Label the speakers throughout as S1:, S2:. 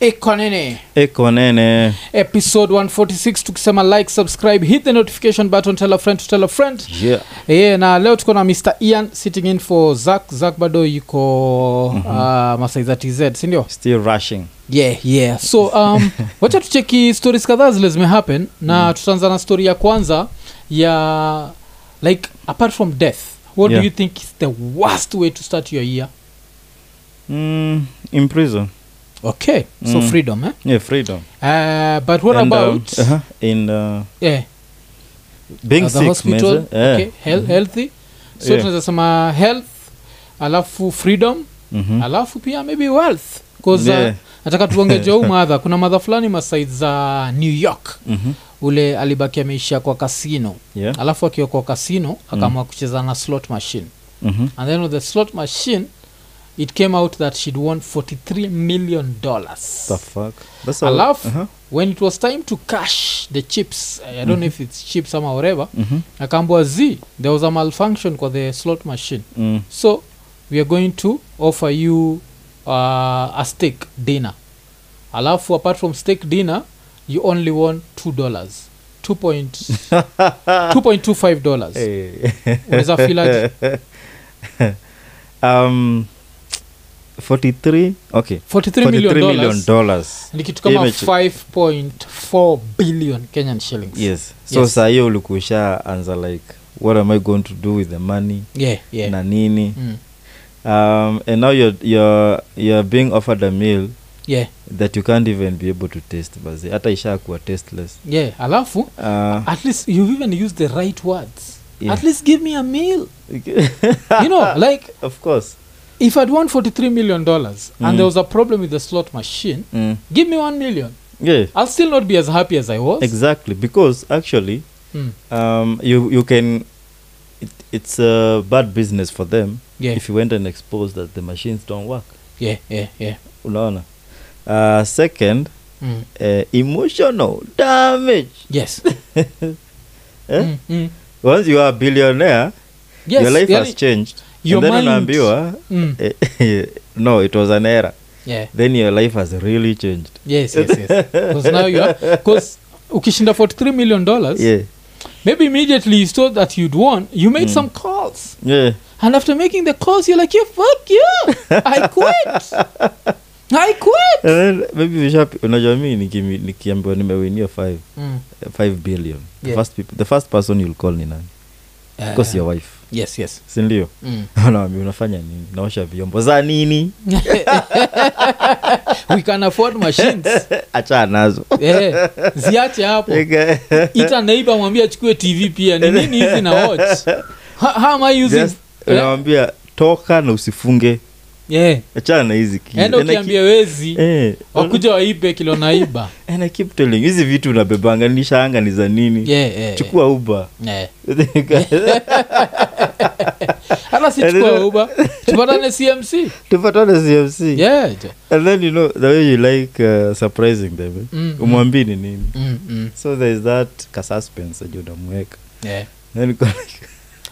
S1: iko Eh, nini
S2: iko nene
S1: episode 146 tukisema like subscribe hit the notification button tell a friend to tell a friend
S2: yeah.
S1: yeah, na leo tuko na mr ian sitting in for zak zak bado yuko
S2: Mhm.
S1: mm-hmm. uh, masaiza tz sindio
S2: still rushing
S1: yeah yeah so um, wacha tucheki stories kadhaa zile zimehappen na mm. tutaanza na story ya kwanza ya like apart from death what
S2: Yeah.
S1: do you think is the worst way to start your year
S2: mm, in prison
S1: okay so
S2: Mm.
S1: freedom eh?
S2: yeah freedom
S1: uh, but what
S2: And, um,
S1: about
S2: uh-huh, in uh,
S1: yeah,
S2: being
S1: at the
S2: sick
S1: hospital
S2: meze- yeah. Mm-hmm.
S1: okay, hel- healthy so
S2: Yeah.
S1: tunaweza sema health alafu freedom
S2: Mhm.
S1: alafu pia maybe wealth bcause
S2: Yeah.
S1: uh, nataka tuongeje huu madha kuna madha fulani masaid za new york
S2: Mhm.
S1: ule alibaki ameishia kwa kasino
S2: Yeah. Mm-hmm.
S1: alafu akiwa kwa kasino akaamua kucheza na slot machine
S2: Mhm.
S1: and then with the slot machine it came out that she'd won 43 million dollars
S2: The fuck? That's all-
S1: alafu
S2: uh-huh.
S1: when it was time to cash the chips i don't know if it's
S2: Mm-hmm.
S1: chips ama whatever
S2: Mhm.
S1: akaambua z there was a malfunction kwa the slot machine
S2: Mm.
S1: so we are going to offer you uh, a steak dinner alafu apart from steak dinner you only won two dollars 2.25 dollars
S2: Hey.
S1: unaweza feel aje?
S2: um, 43 okay
S1: 43 million
S2: million
S1: dollars
S2: dollars
S1: ni kitu kama
S2: Image-
S1: 5.4 billion kenyan shillings
S2: yes so
S1: Yes.
S2: yes. saa hiyo ulikusha anza like what am i going to do with the money
S1: yeah, yeah.
S2: na nini
S1: Mm.
S2: um, and now you're, you're, you're being offered a meal
S1: yeah
S2: that you can't even be able to taste basi hata ishakuwa tasteless
S1: yeah alafu
S2: uh,
S1: at least you've even used the right words
S2: Yeah.
S1: at least give me a meal you know like
S2: of course
S1: if i'd won 43 million dollars and
S2: Mm.
S1: there was a problem with the slot machine
S2: mm.
S1: give me 1 million
S2: yeah
S1: i'll still not be as happy as i was
S2: exactly because actually
S1: mm.
S2: um, you, you can it, it's a bad business for them
S1: yeah
S2: if you went and exposed that the machines don't work
S1: yeah yeah yeah
S2: unaona uh, second
S1: mm.
S2: uh, emotional damage
S1: yes
S2: Eh?
S1: mm. Mm.
S2: once you are a billionaire
S1: yes
S2: your life
S1: yani,
S2: has changed
S1: your
S2: and then
S1: mind-
S2: unaambiwa
S1: mm.
S2: eh, no it was an error
S1: yeah
S2: then your life has really changed
S1: yes yes yes because now you are because ukishinda 43 million dollars
S2: yeah
S1: maybe immediately you saw that you'd won you
S2: Hmm.
S1: made some calls
S2: yeah
S1: And after making the calls, you're like, yeah, fuck you. I quit. I quit.
S2: and then maybe we shall- unajua mi nikimi- nikiambiwa nimewinia five
S1: Mm.
S2: five billion
S1: Yeah.
S2: the,
S1: Eh.
S2: first people, the first person you'll call ni nani because your wife
S1: Yes, yes.
S2: sindio
S1: Mm.
S2: naambi unafanya nini naosha vyombo za nini
S1: we can afford machines.
S2: acha nazo
S1: Eh, ziache hapo ita neiba mwambie achukue tv pia ni nini hizi na watch Ha- how am i using Eh,
S2: Just unawambia toka na usifunge
S1: yeah.
S2: achana na hizi kids.
S1: enda
S2: And I keep-
S1: ukiambia wezi
S2: eh,
S1: wakuja waibe kilo naiba
S2: and I keep telling you, hizi vitu unabebanga ni shanga ni za nini
S1: yeah, yeah, yeah.
S2: chukua uba
S1: Yeah. hata sichukua
S2: Anyway.
S1: uba tupatane cmc
S2: tupatane cfc
S1: yeah. jo.
S2: and then you know the way you like uh, surprising them eh?
S1: Mm, mm.
S2: umwambii ni nini
S1: Mm, mm.
S2: so there's that kasuspense aje unamweka
S1: Yeah.
S2: Then uko like,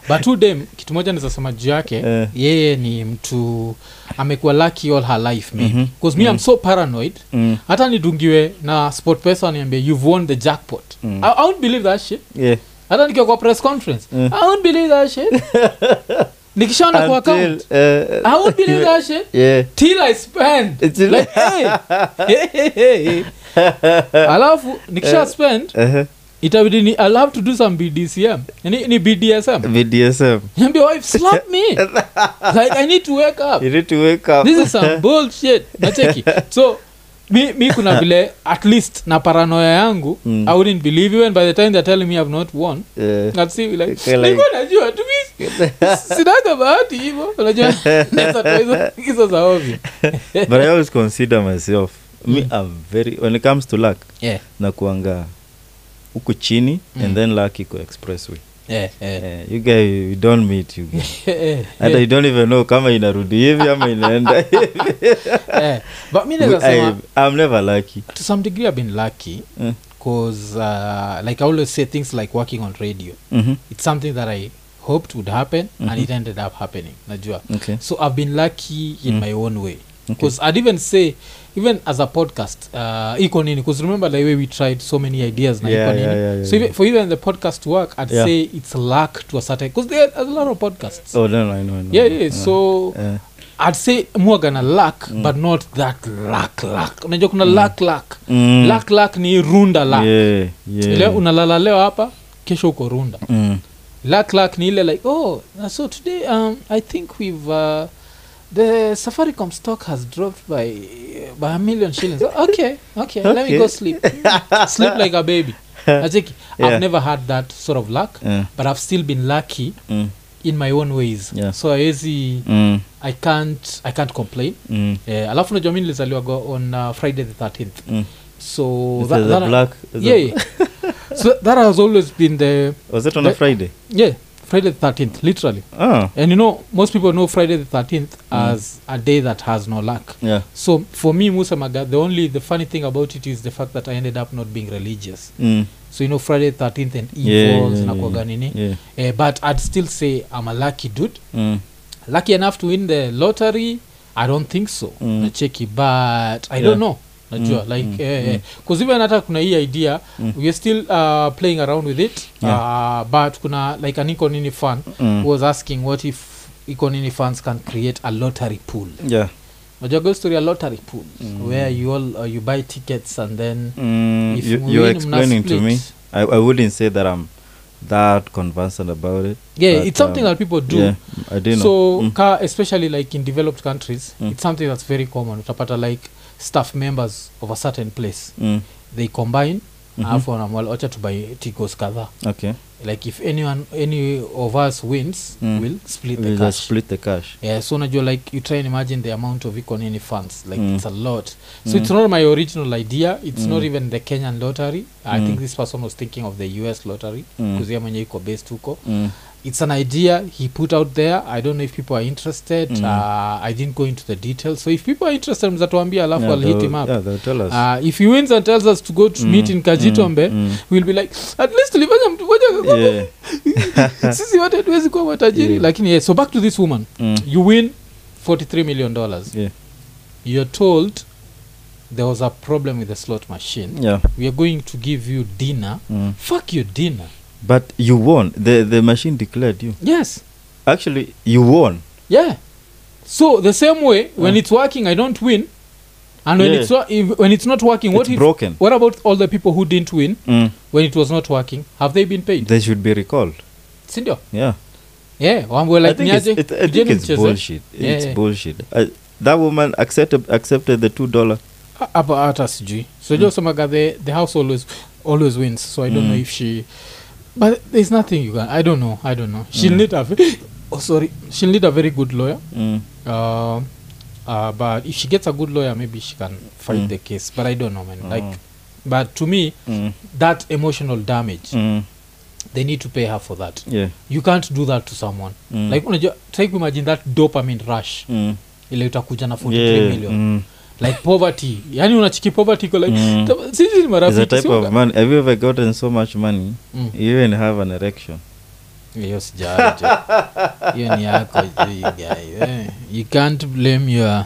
S1: but udem kitu moja nizasema juu yake
S2: Eh.
S1: yeye ni mtu amekuwa lucky all her life maybe
S2: Mhm.
S1: because me i'm so paranoid
S2: mm,
S1: hata nidungiwe na sport pesa niambie you've won the jackpot
S2: Mm.
S1: I, i won't believe that shit
S2: yeah.
S1: hata nikiwa kwa press conference
S2: Mm.
S1: i won't believe that shit nikishaona kwa
S2: Until,
S1: account
S2: eh,
S1: i won't believe that shit
S2: yeah.
S1: till i spend
S2: It's-
S1: like hey, hey, hey, hey, hey. alafu nikisha spend
S2: Uh-huh.
S1: itabidi ni i'll have to do some bdcm ni, ni bdsm
S2: bdsm
S1: Niambia wife slap me. like I need to wake up.
S2: you need to wake up
S1: This is some bullshit. Nacheki. So mi, mi kuna vile at least na paranoia yangu
S2: Mm.
S1: I wouldn't believe you and by the time they're telling me I've not won
S2: Eh,
S1: I'd see like
S2: Okay, like-
S1: nilikuwa najua tu mi sinaga bahati hivyo unajua naweza toa hizo- hizo za ovyo.
S2: but i always consider myself me i'm very when it comes to luck
S1: Yeah,
S2: nakuanga huku chini
S1: Mm.
S2: and then luck iko expressway
S1: yeah, yeah.
S2: Eh, you guy you don't meet you guy.
S1: Eh,
S2: hata
S1: eh,
S2: you don't even know kama inarudi hivi ama inaenda hivi
S1: eh. But mi naweza
S2: I,
S1: sema
S2: i'm never lucky
S1: to some degree I've been lucky
S2: Eh,
S1: because uh, like I always say things like working on radio.
S2: mhm,
S1: it's something that I
S2: Mm-hmm. Mm.
S1: hoped would happen and it ended up happening. Najua.
S2: okay. Mm.
S1: So I've been lucky in my own way.
S2: Okay.
S1: because i'd even say even as a podcast uh, iko nini because remember the way we tried so many ideas na
S2: Yeah,
S1: iko nini
S2: yeah, yeah, yeah,
S1: so even,
S2: yeah.
S1: for even the podcast to work i'd
S2: Yeah.
S1: say it's lack to a certain because there are a lot of podcasts
S2: Oh no, no, I know, I know.
S1: yeah yeah
S2: Uh,
S1: so
S2: uh,
S1: i'd say more gonna lack
S2: Mm.
S1: but not that lack lack unajua kuna lack lack
S2: mm,
S1: lack lack ni runda lack
S2: yeah, yeah.
S1: leo unalala leo hapa kesho uko runda
S2: Mm,
S1: lack lack ni ile like oh uh, so today um, i think we've uh, the safaricom stock has dropped by uh, by a million shillings okay okay, let me
S2: Okay.
S1: go sleep Mm, sleep like a baby Acheki,
S2: Yeah. Mm.
S1: i've never had that sort of luck
S2: yeah,
S1: but i've still been lucky
S2: uh, mm,
S1: in my own ways
S2: Yeah.
S1: so awezi
S2: mm,
S1: i can't i can't complain
S2: mm,
S1: eh, alafu najua mi nilizaliwaga on uh, friday the 13th
S2: mm.
S1: so
S2: Is that the black? is
S1: Oh, yeah,
S2: that-
S1: yeah. so that has always been the
S2: Was it on a
S1: The-
S2: Friday?
S1: yeah friday the 13th literally
S2: Oh,
S1: and you know most people know friday the 13th
S2: Mm.
S1: as a day that has no luck
S2: yeah.
S1: so for me musamaga the only the funny thing about it is the fact that i ended up not being religious
S2: Mm,
S1: so you know friday the 13th and
S2: Yeah,
S1: evils
S2: yeah,
S1: na
S2: yeah,
S1: kuaga nini
S2: yeah.
S1: Eh, but i'd still say i'm a lucky dude
S2: Mm,
S1: lucky enough to win the lottery i don't think so
S2: Mm.
S1: nacheki but i
S2: Yeah.
S1: don't know najua
S2: Mm,
S1: like
S2: mm,
S1: eh,
S2: mm.
S1: eh, 'cause even hata kuna hii idea
S2: Mm.
S1: weare still uh, playing around with it uh, but kuna like an iconini fun
S2: mm.
S1: was asking what if iconini fans can create a lottery pool
S2: Yeah.
S1: najua go story a lottery pool
S2: Mm.
S1: where you all uh, you buy tickets and then
S2: Mm,
S1: if
S2: you,
S1: you
S2: you are
S1: win, mna
S2: explaining to me.
S1: split.
S2: I, I wouldn't say that I'm that concerned about it.
S1: yeah
S2: But,
S1: it's something
S2: um,
S1: that people do
S2: Yeah, I do know.
S1: so
S2: Mm.
S1: ka especially like in developed countries
S2: Mm.
S1: it's something that's very common utapata like staff members of a certain place
S2: Mm,
S1: they combine
S2: Mhm.
S1: alafu wanamwal- wacha tubai tigos kadhaa
S2: okay.
S1: like if anyone any of us wins
S2: Mm.
S1: we'll split the
S2: We just
S1: cash
S2: split the cash.
S1: yeah so unajua like you try and imagine the amount of economy funds like
S2: Mm.
S1: it's a lot so
S2: Mm.
S1: it's not my original idea it's not
S2: Mm.
S1: even the kenyan lottery i
S2: Mm.
S1: think this person was thinking of the us lottery
S2: Mm.
S1: kuzia mwenyewe iko based huko
S2: Mm,
S1: it's an idea he put out there i don't know if people are interested
S2: Mm.
S1: uh, i didn't go into the details so if people are interested mzatuambia alafu yeah, i'll hit
S2: they'll-
S1: him up
S2: yeah, they'll tell us.
S1: uh, if he wins and tells us to go to meet in kajitombe
S2: mm,
S1: we'll be like at least ulifanya mtu moja
S2: mm. Yeah.
S1: kwa- sisi wote hatuwezi kuwa matajiri
S2: Yeah.
S1: lakini yeah, so back to this woman
S2: Mm,
S1: you win 43 million dollars
S2: yeah.
S1: you're told there was a problem with the slot machine
S2: Yeah.
S1: we are going to give you dinner
S2: Mm.
S1: fuck your dinner
S2: But you won. The the machine declared you.
S1: yes
S2: Actually, you won.
S1: yeah so the same way when it's working i don't win and when,
S2: Yeah.
S1: it's, wo- if, when it's not working what
S2: it's
S1: if,
S2: broken.
S1: what about all the people who didn't win
S2: Mm.
S1: when it was not working have they been paid
S2: They should be recalled.
S1: sindio
S2: Yeah.
S1: yeah one were
S2: I
S1: like
S2: think it's,
S1: niaje
S2: it, I think
S1: tujeni
S2: it's
S1: mcheze.
S2: bullshit.
S1: Yeah,
S2: it's
S1: yeah.
S2: bullshit. I, that woman accepted accepted the two dollar.
S1: Ha- hapa hata sijui sijua semaga the, the house always, always wins so i don't know if she but there's nothing you can i don't know i don't know she'll need a ve- oh, sorry she'll need a very good lawyer
S2: Mm.
S1: uh, uh, but if she gets a good lawyer maybe she can fight
S2: Mm.
S1: the case but i don't know man like
S2: Mhm.
S1: but to me
S2: Mm.
S1: that emotional damage
S2: Mm.
S1: they need to pay her for that
S2: Yeah.
S1: you can't do that to someone
S2: Mm.
S1: like unajua try kuimagine that dopamine rush
S2: Mm.
S1: ile utakuja na 43
S2: Yeah.
S1: million
S2: Mm.
S1: like poverty yani unachiki poverty iko like
S2: Mm.
S1: "Ta- sisi ni
S2: It's a
S1: marafiki
S2: type
S1: sio
S2: of
S1: ka-"
S2: money. Have you ever gotten so much money
S1: Mm.
S2: you even have an erection?
S1: hiyo sijaja hiyo ni yako hii guy eh. you can't blame your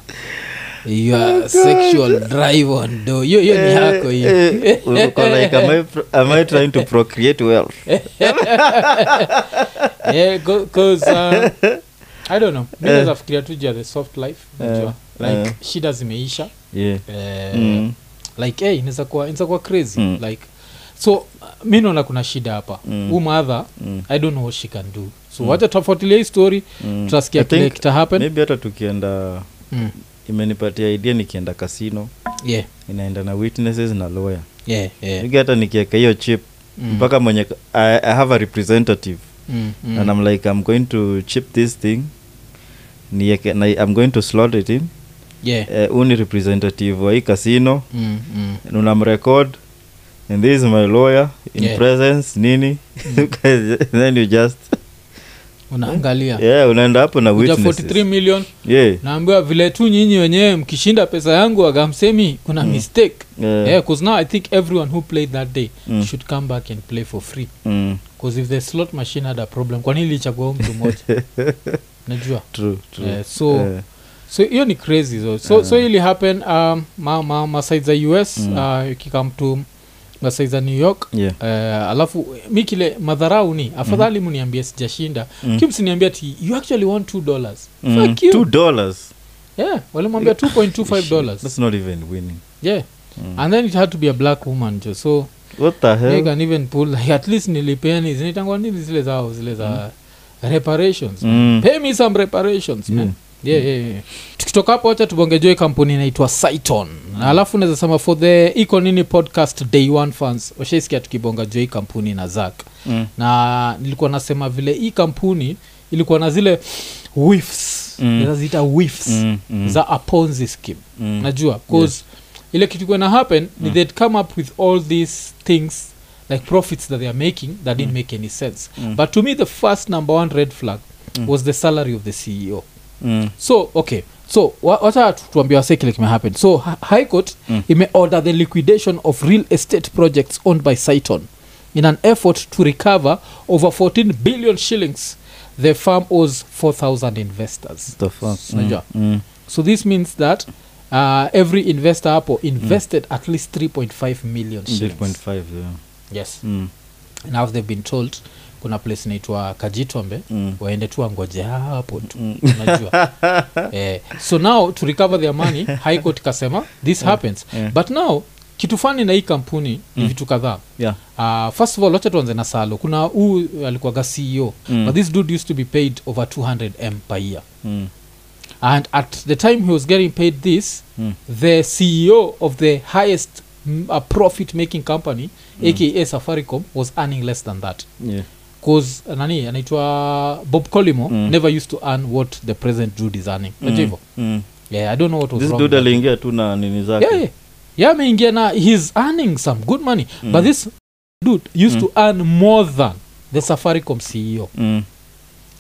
S1: your
S2: Oh,
S1: sexual drive on do hiyo hiyo ni yako hiyo
S2: Eh, eh, uko like, am I pro- am I trying to procreate wealth?
S1: yeah, Eh, go, cause, uh, i don't know mi naweza fikiria tu juu ya the soft life unajua like
S2: eh.
S1: shida zimeisha
S2: Yeah.
S1: eh,
S2: Mm.
S1: like hey, inaweza kuwa inaweza kuwa crazy
S2: Mm.
S1: like so uh, mi naona kuna shida hapa
S2: Mm.
S1: huu mother
S2: Mm.
S1: i don't know what she can do so wacha tafuatilia hii story
S2: Mm.
S1: tutasikia
S2: I
S1: kile
S2: think
S1: kita happen
S2: maybe hata tukienda
S1: Mm.
S2: imenipatia idea nikienda kasino
S1: yeah
S2: inaenda na witnesses na lawyer
S1: yeah yeah
S2: Maybe hata nikiweka hiyo chip
S1: Mm.
S2: mpaka mwenye I, i have a representative
S1: Mm, mm.
S2: and i'm like i'm going to chip this thing nieke na, i'm going to slot it in
S1: yeah
S2: uh, uni representative wa hii casino
S1: Mm, mm.
S2: unamrecord and this is my lawyer in
S1: Yeah. Mm.
S2: presence nini then you just
S1: unaangalia
S2: yeah unaenda hapo na
S1: Kuja
S2: witnesses
S1: 43 million
S2: yeah
S1: naambiwa vile tu nyinyi wenyewe mkishinda pesa yangu agamsemi kuna mm. mistake
S2: yeah,
S1: yeah because now i think everyone who played that day
S2: Mm.
S1: should come back and play for free
S2: Mm,
S1: because if the slot machine had a problem kwa nini ilichagua huyu mtu mmoja najua
S2: true true
S1: Eh, so-
S2: Eh,
S1: so hiyo ni crazy so, so, so ili happen um, ma, ma, masai za us mm.
S2: Mm.
S1: uh, ikikam to masai za new york
S2: yeah.
S1: uh, alafu mi kile madharau ni afadhali mm-hmm. mniambie sijashinda
S2: Mm.
S1: mm. kimsiniambia ti you actually won two dollars
S2: Mm.
S1: fuck you.
S2: Two dollars.
S1: yeah walimwambia 2.25 dollars
S2: That's not even winning.
S1: yeah
S2: Mm.
S1: and then it had to be a black woman jo so
S2: What the
S1: they
S2: hell?
S1: can even pull like, at least nilipeani zinitangwa nini zile zao zile za reparations
S2: Mm.
S1: pay me some reparations man
S2: Mm.
S1: yeah, yeah, yeah. tukitoka hapo wacha tubongejoi kampuni inaitwa siton Na alafu naweza sema for the iko nini podcast day one fans washaisikia tukibonga joi kampuni na zak
S2: Mm.
S1: na nilikuwa nasema vile hii kampuni ilikuwa na zile whiffs
S2: Mm.
S1: zita whiffs
S2: Mm. Mm.
S1: za a ponzi scheme
S2: Mm.
S1: najua cause ile kitu kwena happen ni they'd come up with all these things like profits that they are making that didn't make any sense
S2: Mm.
S1: but to me the first number one red flag
S2: Mm.
S1: was the salary of the ceo
S2: Mm.
S1: so okay so wa- wacha tu- tuambie wase kile kimehappen so hi- high court
S2: Mm.
S1: imeorder the liquidation of real estate projects owned by Saiton in an effort to recover over 14 billion shillings the firm owes 4000 investors
S2: The fuck?
S1: Unajua?
S2: Mm.
S1: so this means that uh, every investor hapo invested at least 3.5 million
S2: Eight point
S1: shillings
S2: five. Yeah.
S1: yes
S2: Mm.
S1: now they've been told kuna place inaitwa kajitombe
S2: Mm.
S1: waende tu angoje hapo tu unajua eh, so now to recover their money high court kasema this happens
S2: yeah. Mm.
S1: but now kitu fani na hii kampuni ni vitu kadhaa
S2: Yeah.
S1: Uh, first of all wacha tuanze na salo kuna huu alikuwaga ceo
S2: Mm.
S1: but this dude used to be paid over 200 m per year
S2: Mm.
S1: and at the time he was getting paid this
S2: Mm.
S1: the ceo of the highest mm, uh, profit making company aka safaricom was earning less than that
S2: Yeah.
S1: cause uh, nani anaitwa bob colimo
S2: Mm.
S1: never used to earn what the present dude is earning mm. hivyo
S2: Mm.
S1: yeah i don't know what was
S2: This
S1: wrong
S2: dude
S1: with that.
S2: aliingia tu na nini zake.
S1: yeah, yeah. yeah ameingia na he's earning some good money mm. but this dude used mm. to earn more than the safaricom ceo
S2: Mm.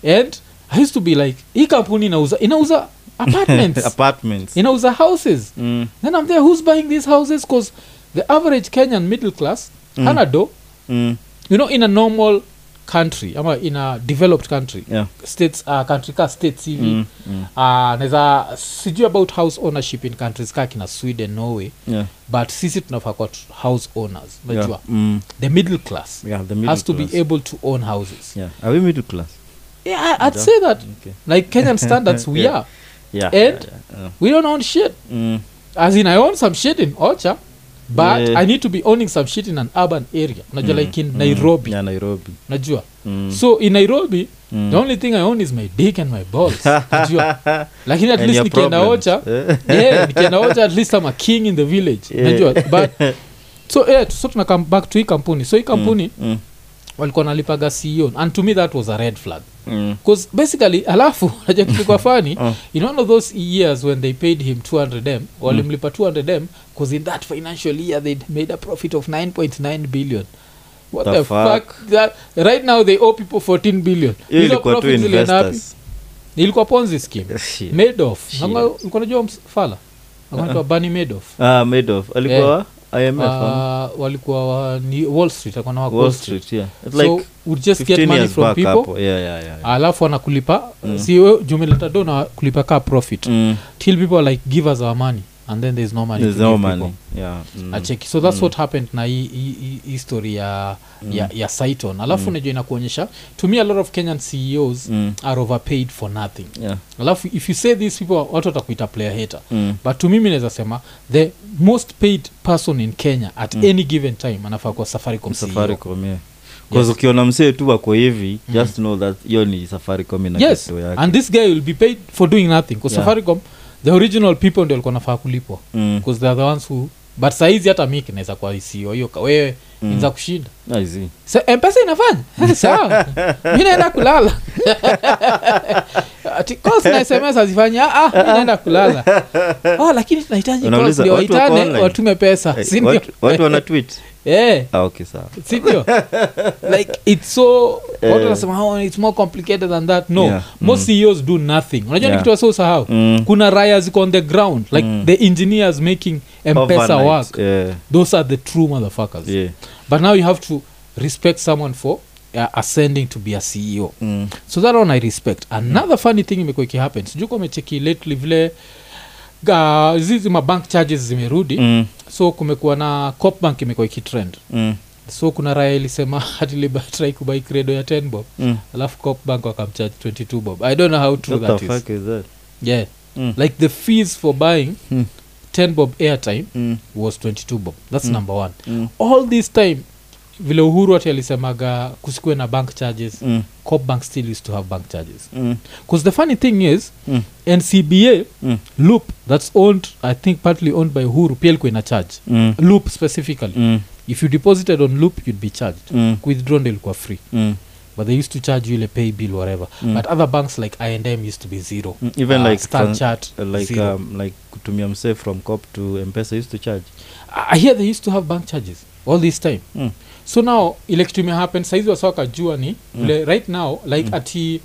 S1: and i used to be like hii kampuni inauza inauza apartments
S2: Apartments.
S1: inauza houses
S2: Mm.
S1: then i'm there who's buying these houses because the average kenyan middle class mm. hana do
S2: Mm.
S1: you know in a normal country ama in a developed country
S2: Yeah.
S1: states uh, country ka states hivi
S2: Mm. Mm.
S1: uh, naweza sijui about house ownership in countries ka kina sweden norway
S2: Yeah.
S1: but sisi tunafaa kuwa tu- house owners najua
S2: Yeah. Mm.
S1: the middle class
S2: Yeah, the middle
S1: has to
S2: class.
S1: be able to own houses
S2: Yeah. Are we middle class?
S1: yeah, I- i'd say that
S2: Okay.
S1: like kenyan standards we
S2: Yeah.
S1: are
S2: Yeah.
S1: And-
S2: yeah, yeah.
S1: we don't own shit
S2: Mm.
S1: as in i own some shit in ocha but
S2: Yeah.
S1: i need to be owning some shit in an urban area unajua
S2: Mm,
S1: like in
S2: mm.
S1: nairobi
S2: Yeah, Nairobi.
S1: najua
S2: Mm.
S1: so in nairobi
S2: Mm.
S1: the only thing i own is my dick and my balls najua lakini at
S2: And
S1: least
S2: your
S1: nikienda
S2: problems.
S1: ocha
S2: Eh?
S1: yeah, nikienda ocha at least I'm a king in the village
S2: Yeah.
S1: najua but so yeah, so tuna come back to hii kampuni so hii kampuni
S2: Mm.
S1: walikuwa nalipaga ceo and to me that was a red flag
S2: Mm.
S1: bcause basically alafu najua kitu kwa fani
S2: Oh.
S1: in one of those years when they paid him 200m walimlipa
S2: Mm.
S1: 200m bcause in that financial year they made a profit of 9.9 billion what the,
S2: The
S1: fuck, That, right now they owe people 14 billion
S2: Hiyo
S1: Hizo
S2: ilikuwa tu
S1: profits zilienda wapi?
S2: investors.
S1: ilikuwa ponzi scheme
S2: Shit.
S1: madoff
S2: Shit. Uh-uh.
S1: Nakumbuka- ulikuwa unajua ms- fala anaitwa bani madoff
S2: Ah, Madoff. Alikuwa IMF. huh?
S1: Uh, walikuwa wa- ni wall street alikuwa na wako
S2: Wall Street, yeah. It's like
S1: so would just get
S2: 15
S1: money
S2: years
S1: from
S2: back
S1: people Ah,
S2: hapo. Yeah, yeah, yeah, yeah.
S1: alafu anakulipa
S2: Mm.
S1: si wewe jumeleta do na kulipa ka profit
S2: Mm.
S1: till people are like give us our money and then there's no money
S2: There's
S1: to
S2: no
S1: give
S2: money.
S1: people. Ah,
S2: Yeah. Mm.
S1: acheki so that's
S2: Mm.
S1: what happened na hii- hii hii- hii story ya, ya, ya saiton alafu mm. najua inakuonyesha to me a lot of kenyan ceos
S2: Mm.
S1: are overpaid for nothing
S2: Yeah.
S1: alafu if you say this people watu watakuita player hater
S2: Mm.
S1: but to mimi naweza sema the most paid person in kenya at mm. any given time anafaa kuwa safaricom E CEO.
S2: safaricom yeah. Cause ukiona msee tu wako hivi just know that hiyo ni safaricom ina
S1: Mm-hmm. yes
S2: kitu yake
S1: and this guy will be paid for doing nothing bcause
S2: Yeah.
S1: safaricom the original people ndio walikuwa nafaa kulipwa
S2: Mm.
S1: bcause they are the ones who but saizi hata miki naweza kuwa isio hiyo ka- wewe
S2: Mm.
S1: inza kushinda
S2: I see.
S1: Sa- mpesa inafanya sawa mi naenda kulala Ati calls na sms hazifanya ah, ah, mi naenda kulala oh, lakini tunahitaji calls
S2: Unauliza,
S1: ndio
S2: watu wako
S1: waitane
S2: online?
S1: watume pesa
S2: Eh,
S1: Ah, si ndio?
S2: watu- watu wana tweet
S1: Eh.
S2: ah, okay sawa
S1: sivyo like it's so watu
S2: Eh.
S1: wanasema oh, it's more complicated than that no
S2: Yeah. Mm.
S1: most ceos do nothing unajua ni
S2: Yeah.
S1: kitu wasa usahau
S2: Mm.
S1: kuna raya ziko on the ground like
S2: Mm.
S1: the engineers making mpesa
S2: Overnight,
S1: work
S2: yeah,
S1: those are the true motherfuckers
S2: yeah.
S1: but now you have to respect someone for uh, ascending to be a ceo
S2: mm.
S1: so that one i respect another funny thing imekuwa ikihappen sijuka umecheki lately vile uh, ga- zizi mabank charges zimerudi
S2: Mm.
S1: so kumekuwa na copbank imekuwa ikitrend
S2: Mm.
S1: so kuna raya ilisema hati libatrai kubai credo ya 10 bob
S2: Mm.
S1: alafu copbank wakamcharge 22 bob i don't know how true
S2: What
S1: that
S2: the
S1: is
S2: fuck is that?
S1: yeah
S2: Mm.
S1: like the fees for buying
S2: Mm.
S1: 10 bob airtime
S2: Mm.
S1: was 22 bob that's
S2: Mm.
S1: number one
S2: Mm.
S1: all this time vile uhuru hati alisemaga kusikue na bank charges
S2: Mm.
S1: copbank still used to have bank charges
S2: Mm.
S1: because the funny thing is
S2: Mm.
S1: ncba
S2: Mm.
S1: loop that's owned i think partly owned by huru pia ilikuwa ina charge
S2: Mm.
S1: loop specifically
S2: Mm.
S1: if you deposited on loop you'd be charged
S2: Mm.
S1: withdrawn ilikuwa free
S2: Mm.
S1: but they used to charge you ile pay bill whatever
S2: Mm.
S1: but other banks like inm used to be zero
S2: Mm, even
S1: Uh,
S2: like
S1: Star
S2: tran-
S1: Chart,
S2: uh, like
S1: zero.
S2: um, like kutumia msee from cop to mpesa used to charge
S1: I- i hear they used to have bank charges all this time
S2: Mm.
S1: so now ile kitu imehappen saizi wasa wakajua ni
S2: Mm.
S1: vile right now like
S2: Mm.
S1: ati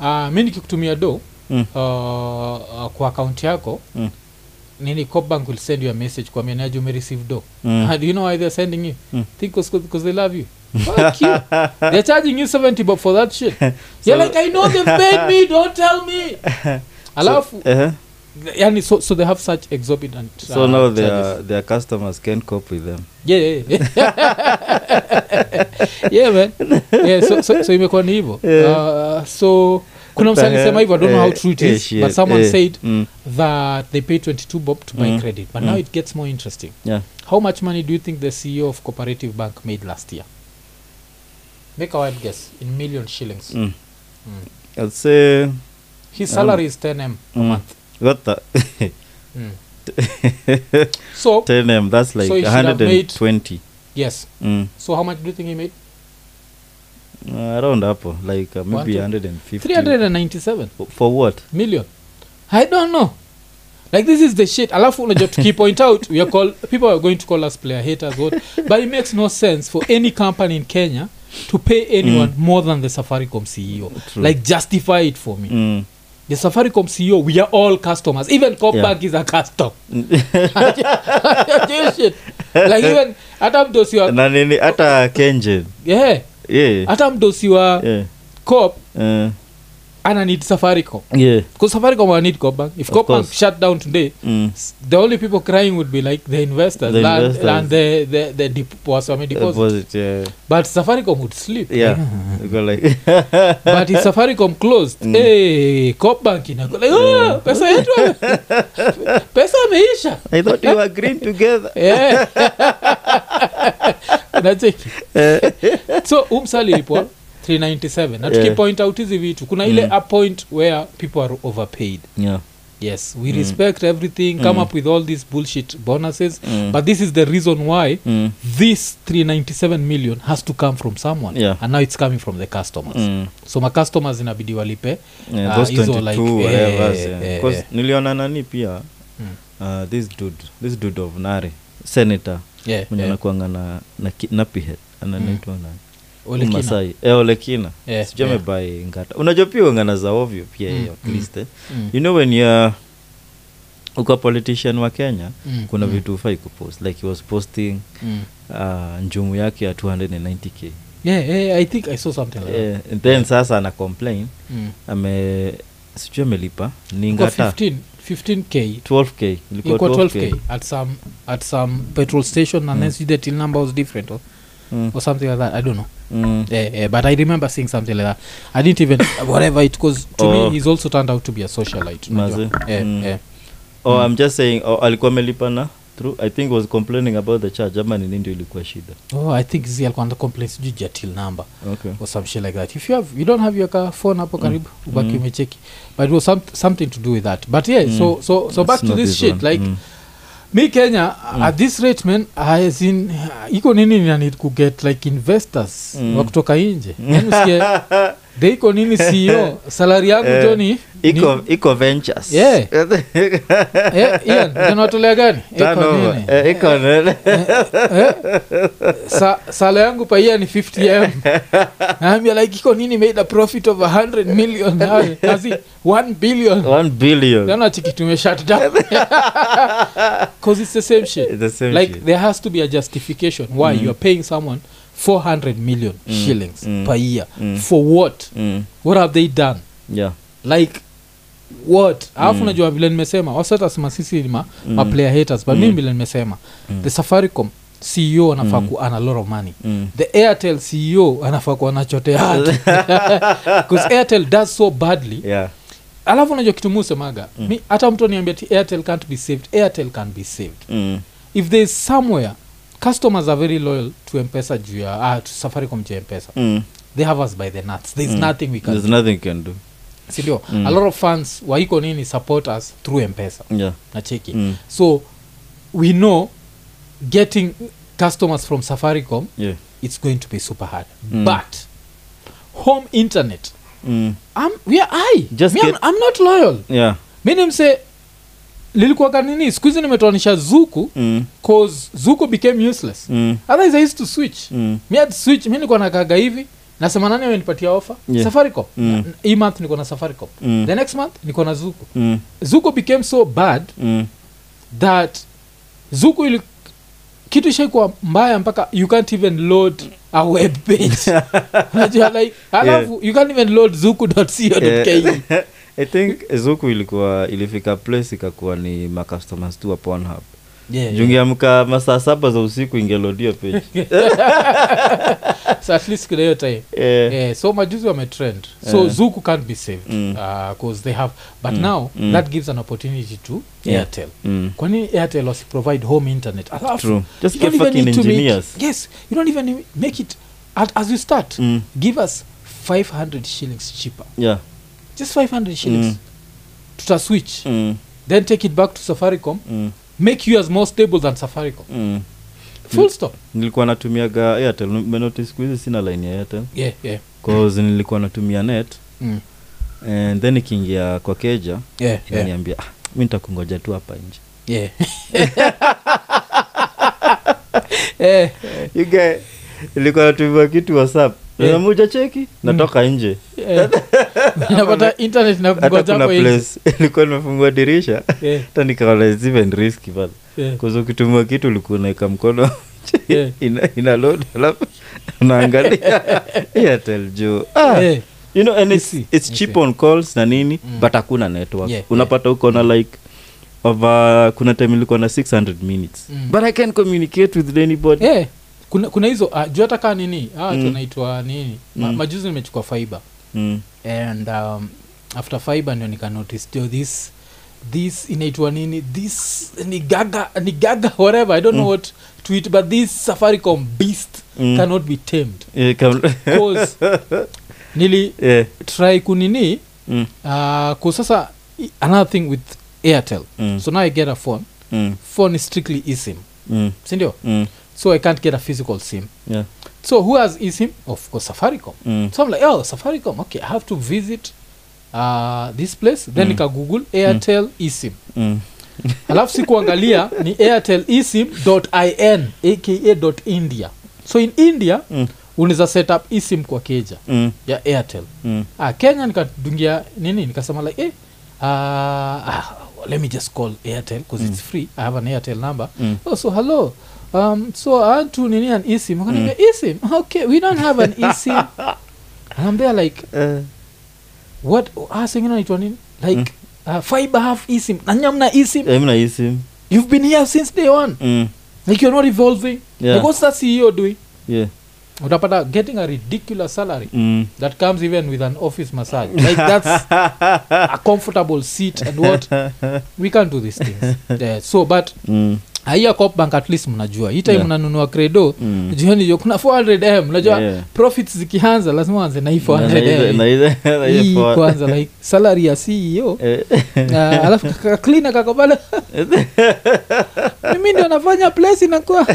S1: uh, mi nikikutumia do
S2: Mm.
S1: uh, uh, kwa akaunti yako
S2: Mm.
S1: nini copbank will send you a message kuamianaji umereceive do
S2: Mm.
S1: Uh, do you know why they're sending you
S2: Mm.
S1: think because they love you Fuck you. they're charging you 70 bob for that shit you're like i know they've paid me don't tell me alafu
S2: so, uh-huh.
S1: yani so, so they have such exorbitant
S2: so
S1: uh,
S2: now their,
S1: charges.
S2: their customers can't cope with them
S1: yeah, yeah, yeah. yeah man yeah, so, so, so imekuwa ni hivyo uh, so kuna msa alisema hivyo i don't know how true it
S2: Uh-huh. Eh, eh,
S1: is
S2: shit,
S1: but someone
S2: eh,
S1: said
S2: mm,
S1: that they pay 22 bob to buy
S2: Mm.
S1: credit but
S2: Mm.
S1: now it gets more interesting
S2: yeah
S1: how much money do you think the ceo of cooperative bank made last year make a wild guess in million shillings
S2: mm.
S1: Mm.
S2: i'd say
S1: his
S2: Um,
S1: salary is 10m a
S2: mm.
S1: month
S2: what the
S1: mm. so
S2: 10 m that's like
S1: So you should have made-
S2: 120
S1: yes
S2: mm.
S1: so how much do you think he made
S2: uh, around hapo like uh,
S1: One,
S2: maybe
S1: two-
S2: 150
S1: 397
S2: for what
S1: million i don't know like this is the shit alafu unajua tukipoint out we are call, people are going to call us player haters what but it makes no sense for any company in kenya to pay anyone mm. more than the safaricom ceo
S2: True.
S1: like justify it for me mm.
S2: mm.
S1: the safaricom ceo we are all customers even copbank yeah. is a custom Do shit. like even hata mdosi wa
S2: na nini hata kenjen
S1: yeah,
S2: yeah
S1: hata mdosi wa
S2: yeah
S1: cop
S2: uh,
S1: ana need safaricom
S2: yeah
S1: because safaricom will need copbank if
S2: Of
S1: copbank
S2: course.
S1: shut down today
S2: mm.
S1: s- the only people crying would be like the investors,
S2: The
S1: the and,
S2: investors.
S1: and the the, the dep- was- I mean, deposit.
S2: Deposit, yeah
S1: but safaricom would sleep
S2: yeah You go like
S1: but if safaricom closed
S2: Mm.
S1: hey, copbank inakuwa like, "Ah, pesa yetu ame- pesa ameisha
S2: I thought you were green together.
S1: yeah. unacheki
S2: Eh.
S1: so umsalilipwa 397 na
S2: Yeah.
S1: tukipoint out hizi vitu kuna ile
S2: Mm.
S1: a point where people are overpaid
S2: Yeah.
S1: yes
S2: Mm.
S1: we respect everything come up with all these bullshit bonuses
S2: Mm.
S1: but this is the reason why
S2: Mm.
S1: this 397 million has to come from someone
S2: Yeah.
S1: and now it's coming from the customers
S2: Mm.
S1: so my customers inabidi walipe
S2: Yeah,
S1: Ah,
S2: those
S1: hizo
S2: 22
S1: like,
S2: whatever.
S1: eh,
S2: yeah.
S1: eh,
S2: Because
S1: eh.
S2: niliona nani pia
S1: Mm.
S2: uh, this dude this dude of Nare senator
S1: yeah,
S2: mwenye
S1: yeah.
S2: anakuanga na na ki- napihead
S1: Mm.
S2: ananaitwa nani?
S1: Ole Kina.
S2: Masai. Eh, Olekina.
S1: Yeah,
S2: Sijui
S1: yeah.
S2: amebuy ngata. Unajua pia ngana za ovyo pia
S1: Mm,
S2: yeye at
S1: mm.
S2: least. eh.
S1: Mm.
S2: You know when you're uko politician wa Kenya
S1: Mm,
S2: kuna
S1: mm,
S2: vitu ufai kupost like he was posting
S1: mm.
S2: uh, njumu yake ya 290k
S1: yeah, yeah, i think i saw something like that.
S2: Eh, and then sasa ana complain
S1: Mm.
S2: ame sijui amelipa ni
S1: Ilikuwa
S2: ngata
S1: 15 15k
S2: 12k
S1: ilikuwa
S2: ilikuwa
S1: 12k at some at some petrol station and
S2: Mm.
S1: then see the till number was different or,
S2: Mm,
S1: or something like that i don't know
S2: mm.
S1: yeah, yeah, but i remember seeing something like that i didn't even whatever it cause to
S2: Oh.
S1: me he's also turned out to be a socialite Eh, unajua.
S2: Maze.
S1: yeah,
S2: Mm.
S1: yeah.
S2: oh, i'm just saying oh, alikuwa amelipa na through i think was complaining about the charge ama nini ndio ilikuwa shida
S1: oh i think zi alikuwa anda complaints juu ya till number
S2: okay
S1: or some shit like that if you have you don't have your car phone hapo karibu ubaki
S2: Mm.
S1: umecheki but it was some, something to do with that but yeah
S2: Mm.
S1: so so so back
S2: It's
S1: to
S2: not
S1: this shit
S2: one.
S1: like
S2: Mm.
S1: me kenya at this rate man as in iko nini nanid kuget like investors
S2: Mm.
S1: wa kutoka nje Yaani usikie, de iko nini ceo salari yangu
S2: Eh,
S1: joni
S2: iko iko ventures
S1: Yeah. eh, janawatolea gani Iko
S2: Turnover.
S1: nini?
S2: Eh, iko nini?
S1: Sa, sala yangu paia ni 50m naambia like iko nini made a profit of 100 million Nawe, kazi 1 billion
S2: One billion
S1: Naona chiki tume shut down cause it's the same shit
S2: the same
S1: like
S2: shit.
S1: there has to be a justification why mm. you're paying someone 400 million
S2: Mm,
S1: shillings
S2: mm,
S1: per year
S2: mm.
S1: for what
S2: mm.
S1: what have they done
S2: yeah
S1: like what alafu
S2: Mm.
S1: najua vile nimesema wasetasema sisi ni ma,
S2: Mm.
S1: ma player haters but
S2: Mm.
S1: mimi vile nimesema
S2: Mm.
S1: the safaricom ceo anafaa
S2: Mm.
S1: ku ana lot of money
S2: mm.
S1: the airtel ceo anafaa kuwa anachotea bcause airtel does so badly
S2: yeah
S1: alafu unajua kitu musemaga
S2: Mm.
S1: mi hata mtu niambia ti airtel can't be saved airtel can be saved
S2: mm.
S1: if there is somewhere customers are very loyal to mpesa juu ya ah, to safaricom juu ya mpesa
S2: Mm.
S1: they have us by the nuts there is
S2: Mm.
S1: nothing we can
S2: there's nothing you can do
S1: sindio
S2: Mm.
S1: a lot of fans waiko nini support us through mpesa
S2: yeah
S1: nacheki
S2: mm.
S1: so we know getting customers from safaricom
S2: yeah
S1: it's going to be super hard
S2: Mm.
S1: but home internet
S2: mm.
S1: I'm, we are i
S2: Just
S1: Me, I'm,
S2: get-
S1: i'm not loyal
S2: yeah
S1: mi nimse lilikuwaga nini siku hizi nimetoanisha zuku
S2: mm.
S1: cause zuku became useless
S2: Mm.
S1: otherwise i used to switch
S2: Mm.
S1: mi had switch mi nilikuwa nakaga hivi nasema nani amenipatia offer
S2: Yeah.
S1: safaricom
S2: Mm.
S1: Na- hii month niko na safaricom
S2: Mm.
S1: the next month niko na zuku
S2: Mm.
S1: zuku became so bad
S2: Mm.
S1: that zuku ili kitu ishaikuwa mbaya mpaka you can't even load a web page unajua like alafu you can't even load zuku.co.ke
S2: Yeah. Eh, i think zuku ilikuwa ilifika place ikakuwa ni macustomers tu wa pornhub
S1: yeah, yeah.
S2: jungiamka masaa saba za usiku ingelodia page
S1: so at least kuna hiyo time
S2: Eh,
S1: yeah, so majuzi wametrend so
S2: Eh.
S1: zuku can't be saved
S2: Mm.
S1: because they have but
S2: Mm.
S1: now
S2: Mm.
S1: that gives an opportunity to
S2: Yeah.
S1: airtel
S2: mm.
S1: kwani airtel wasi provide home internet alafu
S2: True. Just
S1: you
S2: get
S1: don't even
S2: fucking
S1: need to make-
S2: engineers.
S1: yes you don't even make it at, as you start
S2: Mm.
S1: give us 500 shillings cheaper
S2: yeah
S1: just 500 shillings
S2: Mm.
S1: tuta switch
S2: mm.
S1: then take it back to safaricom
S2: Mm.
S1: make you as more stable than safaricom
S2: Mm.
S1: full stop
S2: nilikuwa natumiaga airtel menotis siku hizi sina line ya airtel
S1: yeah yeah
S2: cause nilikuwa natumia net
S1: mm.
S2: and then ikiingia kwa keja
S1: yeah yeah
S2: inaniambia ah, mi nitakungoja tu hapa nje
S1: yeah eh
S2: You get- nilikuwa natumia kitu whatsapp
S1: Yeah.
S2: namuja cheki natoka nje
S1: eh. unapata internet na
S2: hata
S1: kungoja
S2: kuna
S1: hapo hivi.
S2: place ilikuwa nimefungua dirisha
S1: Eh,
S2: hata nikaona it's even risky pale
S1: eh,
S2: kuza ukitumia kitu ulikuwa unaweka mkono nje,
S1: Yeah.
S2: ina, ina load alafu unaangalia airtel juu ah,
S1: eh,
S2: you know and it's,
S1: Easy.
S2: it's cheap on calls na nini
S1: Mm.
S2: but hakuna network
S1: Yeah,
S2: unapata huko na like over kuna time ilikuwa na 600 minutes
S1: Mm.
S2: but i can communicate with anybody
S1: eh. kuna kuna hizo ah, juu hata kaa nini ah,
S2: Mm.
S1: tunaitwa nini Ma,
S2: Mm.
S1: majuzi nimechukua fiber
S2: Mm.
S1: and um, after fiber ndio nikanotice jo this this inaitwa nini this ni gaga ni gaga whatever i don't know what to it but this safaricom beast
S2: Mm.
S1: cannot be tamed
S2: Yeah, come-
S1: cause nili
S2: Yeah.
S1: try kunini
S2: Mm,
S1: uh, ku sasa i- another thing with airtel
S2: mm,
S1: so now i get a phone
S2: mm,
S1: phone is strictly esim
S2: mm,
S1: sindio
S2: mm,
S1: so i can't get a physical sim
S2: yeah,
S1: so who has esim of course safaricom
S2: mm,
S1: so i'm like oh safaricom okay i have to visit uh, this place then
S2: Mm.
S1: nika google airtel esim
S2: mm,
S1: alafu sikuangalia ni airtel esim.in aka dot india so in india
S2: mm,
S1: unaweza set up esim kwa keja
S2: mm,
S1: ya airtel
S2: mm,
S1: ah, kenya nikadungia nini nikasema like eh, ah, ah, let me just call airtel because it's free i have an airtel number
S2: Mm.
S1: oh, so hello um, so i want to nini an esim
S2: Mm.
S1: akaniambia esim okay we don't have an esim anaambia like
S2: eh,
S1: what ah, singine naitwa nini like
S2: Mm.
S1: uh, fiber half esim nanyamna esim
S2: eh, mna hii simu.
S1: you've been here since day one
S2: Mm,
S1: like you're not evolving
S2: Yeah.
S1: like what's that ceo doing
S2: yeah,
S1: utapata getting a ridiculous salary
S2: mm.
S1: that comes even with an office massage like that's a comfortable seat and what we can't do these things yeah, so but
S2: Mm,
S1: haiya copbank at least mnajua hii time
S2: Yeah.
S1: mnanunua credo
S2: mm.
S1: jioni jo kuna 400m unajua
S2: Yeah.
S1: profits zikianza lazima wanze na hii
S2: Na- na hizo- na
S1: 400m
S2: hizo- na hizo
S1: hii
S2: four-
S1: kwanza like salary ya ceo
S2: Eh,
S1: na alafu kaka cleaner kako pale mimi ndio nafanya place inakuwa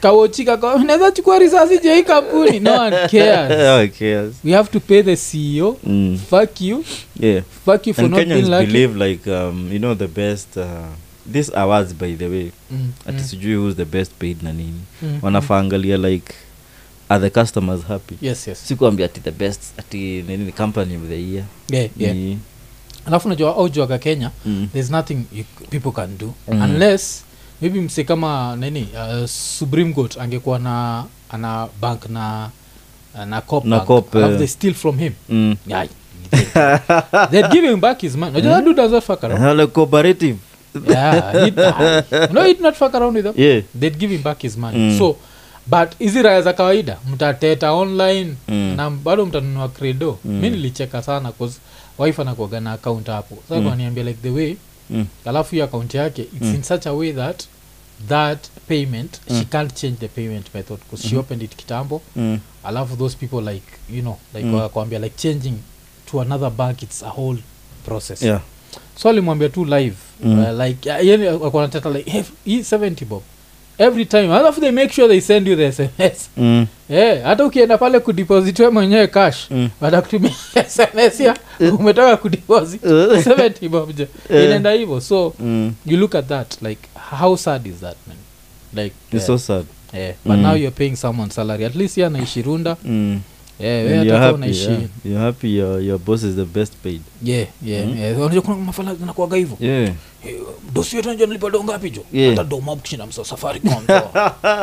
S1: kawochi kako naweza chukua risasi je hii kampuni no one cares
S2: oh, cares.
S1: we have to pay the ceo
S2: Mm,
S1: fuck you
S2: yeah.
S1: fuck you for
S2: and
S1: not being
S2: kenyans
S1: lucky
S2: believe like um, you know the best uh, these awards by the way
S1: Mm,
S2: ati
S1: mm,
S2: sijui who's the best paid na nini
S1: mm, mm.
S2: wanafaangalia like are the customers happy
S1: yes yes
S2: sikuambia ati the best ati nini company of the year
S1: yeah, yeah.
S2: Ni-
S1: alafu najua aujuaga kenya
S2: mm,
S1: there's nothing you, people can do
S2: Mhm.
S1: unless maybe mse kama nini uh, supreme court angekuwa na ana bank na na cop
S2: Na
S1: bank.
S2: Coop,
S1: Alafu
S2: eh.
S1: they steal from him
S2: mm.
S1: yeah. they're giving back his money Unajua that dude doesn't fuck around
S2: Hello, cooperative
S1: yeah he, no he did not fuck around with them
S2: yeah
S1: they'd give him back his money
S2: Mm.
S1: so but hizi raya za kawaida mtateta online
S2: Mm.
S1: na bado mtanunua credo
S2: Mm.
S1: mi nilicheka sana cause wife anakuaga na account hapo sasa
S2: Mm.
S1: kaniambia like the way
S2: mm.
S1: alafu hiyo account yake it's
S2: Mm.
S1: in such a way that that payment
S2: Mm.
S1: she can't change the payment method because she
S2: Mhm.
S1: opened it kitambo
S2: Mm.
S1: alafu those people like you know like
S2: Mm.
S1: wakakwambia like changing to another bank it's a whole process
S2: yeah
S1: so alimwambia tu live
S2: Mm.
S1: uh, like uh, yani akonateta like "Hey, hii 70 bob every time alafu they make sure they send you the sms
S2: mm.
S1: Eh, hata ukienda pale kudeposit we mwenyewe cash
S2: Mm.
S1: watakutumia sms ya umetoka kudeposit 70 bob je
S2: Eh.
S1: inaenda hivyo so
S2: Mm.
S1: you look at that like how sad is that man like
S2: It's
S1: eh,
S2: so sad.
S1: eh, but
S2: Mm.
S1: now you're paying someone's salary at least yeah naishi runda
S2: Mm.
S1: eh,
S2: And
S1: wewe
S2: you're
S1: hata
S2: happy.
S1: unaishi
S2: Yeah. You're happy. Your your boss is the best paid.
S1: yeah yeah
S2: Mm.
S1: yeah unajua kuna mafala zinakuwaga hivyo
S2: Yeah.
S1: Eh, dosi yetu najua nilipa do ngapi jo
S2: Yeah.
S1: hata doma kushinda msa safari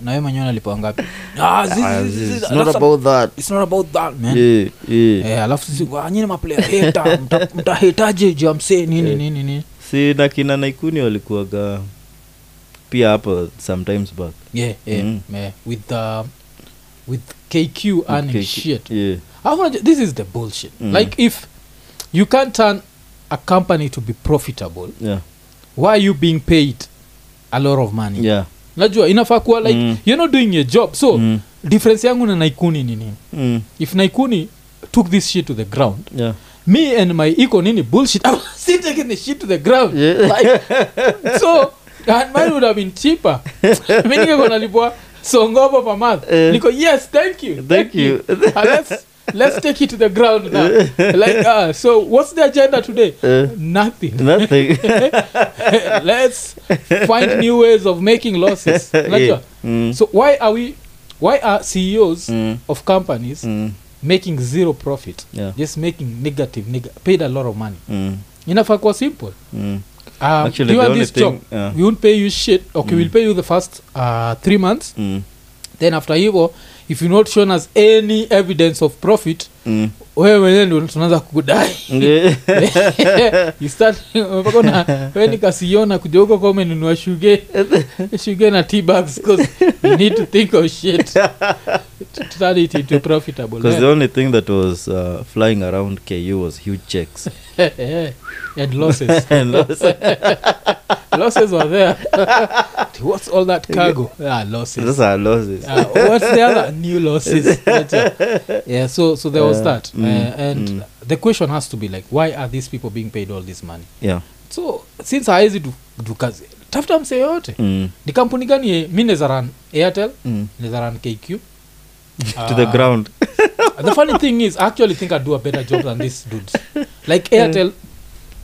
S1: nawe mwenyewe nalipa ngapi ah, zi-
S2: Ah,
S1: zi- zi- zi-
S2: it's
S1: that's
S2: not
S1: a-
S2: about that.
S1: it's not about that man
S2: Yeah. Yeah.
S1: Eh, alafu sisi "Ah, nyinyi maplayer hater, mta- mtahetaje ju amsee nini
S2: Eh.
S1: nini nini
S2: si na kina naikuni walikuwaga pia hapo sometimes back
S1: yeah, yeah,
S2: Mm.
S1: yeah. with uh, with kq earning
S2: Okay,
S1: shit
S2: yeah.
S1: I wanna, ju- this is the bullshit
S2: Mm.
S1: like if you can't turn a company to be profitable
S2: Yeah.
S1: why are you being paid a lot of money
S2: Yeah.
S1: najua inafaa kuwa like
S2: Mm.
S1: you're not doing your job so
S2: Mm.
S1: difference yangu na naikuni ni nini
S2: Mm.
S1: if naikuni took this shit to the ground
S2: Yeah.
S1: me and my ego nini bullshit i was still taking the shit to the ground
S2: Yeah.
S1: like, so and mine would have been cheaper mi ningekuwa nalipwa songobo per month
S2: Eh.
S1: niko yes thank you
S2: Thank you.
S1: And let's, let's take it to the ground now like uh, so what's the agenda today
S2: Eh.
S1: nothing
S2: Nothing.
S1: let's find new ways of making losses
S2: yeah.
S1: Unajua?
S2: Mm.
S1: so why are we why are ceos
S2: Mm.
S1: of companies
S2: Mm.
S1: making zero profit
S2: Yeah.
S1: just making negative neg- paid a lot of money
S2: Mm.
S1: inafaa kuwa simple
S2: Mm.
S1: um,
S2: Actually,
S1: do you
S2: the
S1: want
S2: only
S1: this
S2: thing-
S1: job
S2: yeah.
S1: we won't pay you shit okay we'll pay you the first uh, three months
S2: Mm.
S1: then after hivo if you're not shown us any evidence of profit
S2: Mm.
S1: wewe mwenyewe ndio tunaanza kukudai
S2: Yeah.
S1: You start- mpaka una- wewe nikasiona kuja huko kwa umenunua shuge shuge na tbags you need to think of shit to turn it into profitable
S2: Because the
S1: Eh,
S2: only thing that was uh, flying around KU was huge checks.
S1: eh, eh, and losses
S2: and those,
S1: losses were there what's all that cargo ah, losses
S2: those are losses.
S1: uh, what's the other new losses yeah so so there was
S2: Uh,
S1: that
S2: mm,
S1: uh, and
S2: mm.
S1: the question has to be like why are these people being paid all this money
S2: Yeah.
S1: so since haezi du- du kazi tafuta msee yoyote
S2: Mm.
S1: ni kampuni gani ye- mi naweza run airtel
S2: Mm.
S1: naweza run kq
S2: to the
S1: Ah,
S2: ground.
S1: the funny thing is i actually think i do a better job than these dudes like airtel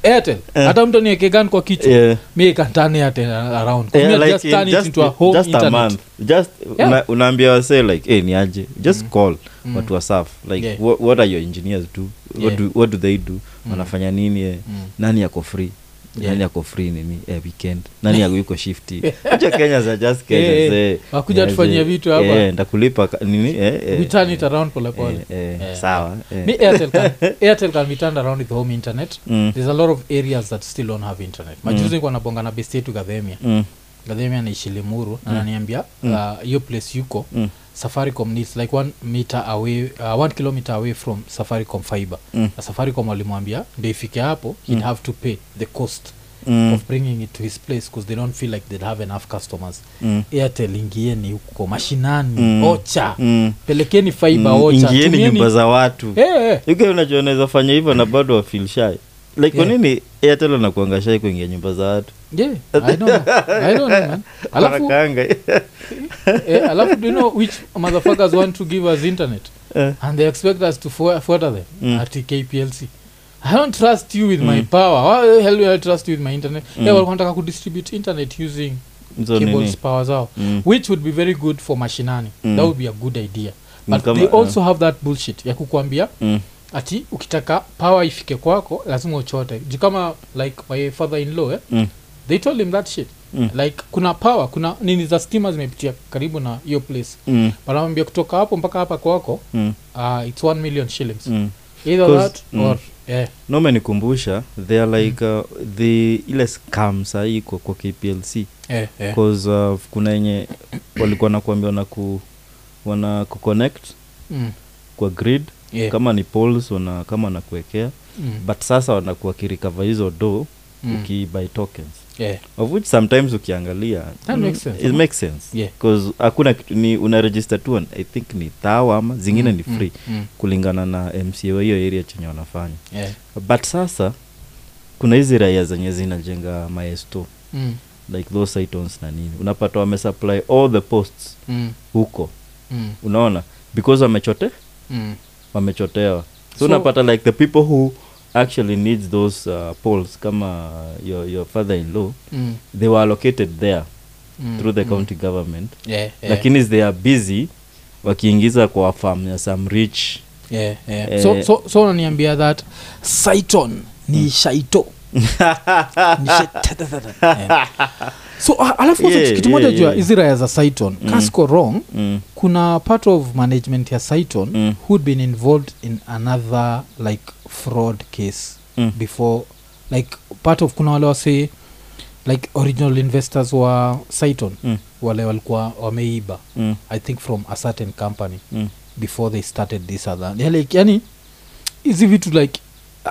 S1: airtel hata mtu niekegan kwa kichwa
S2: Yeah.
S1: mi can turn airtel around
S2: Yeah,
S1: yeah,
S2: like
S1: just
S2: in
S1: turn it
S2: just-
S1: into a home
S2: just a
S1: internet.
S2: month just
S1: Yeah.
S2: una, unaambia wasee like hey, ni aje just call
S1: Mm.
S2: watu wa saf like
S1: Yeah.
S2: what, what are your engineers do
S1: Yeah.
S2: what, do, what do they do wanafanya nini eh?
S1: Mm.
S2: nani yako free
S1: Yeah.
S2: nani yako free nini eh, weekend nani yako yuko shifti hicho kenyas are just kenyas
S1: Eh,
S2: hey,
S1: eh. Wakuja tufanyie vitu hapa.
S2: ndakulipa ka- nini eh, eh,
S1: we turn it around polepole
S2: eh, eh,
S1: Eh.
S2: sawa eh.
S1: me airtel can, airtel can be turned around with home internet
S2: Mm,
S1: there's a lot of areas that still don't have internet majuzi
S2: Mm.
S1: nilikuwa nabonga na best yetu gadhemia
S2: mm,
S1: gadhemia naishi limuru na
S2: Mm.
S1: ananiambia
S2: Mm.
S1: uh, hiyo place yuko
S2: mm,
S1: safaricom needs like one meter away uh, one kilometer away from safaricom fiber
S2: mm,
S1: na safaricom walimwambia ndio ifike hapo he'd
S2: Mm.
S1: have to pay the cost
S2: mm,
S1: of bringing it to his place because they don't feel like they'd have enough customers
S2: mm,
S1: airtel ingieni huko mashinani
S2: Mm.
S1: ocha
S2: mm.
S1: pelekeni fiber
S2: Mm,
S1: ocha
S2: ingieni
S1: tumieni-
S2: nyumba za watu
S1: Eh, eh.
S2: Yuko unajua unaweza fanya hivyo na bado wafeel shy. Like kwa
S1: Yeah.
S2: nini Airtel anakuanga shy kuingia nyumba za watu?
S1: Yeah, I don't know. I don't know, man. Alafu,
S2: Wanakaanga.
S1: eh, alafu do you know which motherfuckers want to give us internet
S2: Eh,
S1: and they expect us to fo- further them
S2: Mm.
S1: at KPLC. I don't trust you with my power. Why the hell will I trust you with my internet? Mm. Yeah,
S2: Mm.
S1: walikuwa wanataka kudistribute internet using
S2: hizo
S1: cables
S2: nini?
S1: power zao
S2: Mm,
S1: which would be very good for mashinani
S2: Mm.
S1: that would be a good idea but
S2: Kama- eh.
S1: they also have that bullshit ya kukwambia
S2: mm,
S1: ati ukitaka power ifike kwako lazima uchote juu kama like my father in law eh,
S2: mm,
S1: they told him that shit
S2: Mm.
S1: like kuna power kuna nini za stima zimepitia karibu na hiyo place
S2: Mm,
S1: wanamwambia kutoka hapo mpaka hapa kwako
S2: mm,
S1: uh, its 1 million shillings
S2: mm.
S1: either
S2: 'Cause-
S1: that
S2: mm.
S1: or eh, yeah.
S2: no umenikumbusha they are like
S1: Mm.
S2: uh, the ile scam sahii kwa, kwa kplc
S1: Yeah, yeah.
S2: cause uh, kuna yenye walikuwa nakuambia wana ku wana kuconnect
S1: Mm.
S2: kwa grid
S1: Yeah.
S2: kama ni poles wana kama wanakuwekea
S1: Mm.
S2: but sasa wanakuwa kirikava hizo do
S1: Mm.
S2: ukibuy tokens
S1: Yeah.
S2: of which sometimes ukiangalia
S1: That makes sense.
S2: it makes sense
S1: Yeah.
S2: 'Cause hakuna kitu ni unaregister tu on- i think ni thawa ama zingine ni free
S1: mm. Mm.
S2: kulingana na mca wa hiyo area chenye wanafanya
S1: Yeah.
S2: but sasa kuna hizi raia zenye zinajenga maesto
S1: Mm.
S2: like those itons na nini unapata wamesupply all the posts
S1: Mm.
S2: huko
S1: Mm.
S2: unaona because wamechote
S1: Mm.
S2: wamechotewa so,
S1: So-
S2: unapata like the people who actually needs those uh, poles kama your, your father in law
S1: Mm.
S2: they were allocated there
S1: Mm.
S2: through the
S1: Mm.
S2: county government
S1: Yeah, yeah.
S2: lakini they are busy wakiingiza kwa farm ya some rich
S1: yeah, yeah.
S2: Eh.
S1: so so so unaniambia that saiton ni
S2: Mm.
S1: shaito Ni shaitatatata. Yeah. so a- alafu also
S2: Yeah,
S1: kitu
S2: yeah,
S1: moja jua
S2: yeah.
S1: hizi raya za saiton
S2: Mm.
S1: casco wrong
S2: mm,
S1: kuna part of management ya saiton
S2: Mm.
S1: who'd been involved in another like fraud case
S2: mm,
S1: before like part of kuna wale wase like original investors wa saiton
S2: mm,
S1: wale walikuwa wameiba
S2: mm,
S1: i think from a certain company
S2: mm,
S1: before they started this other Yeah, like, yani hizi vitu like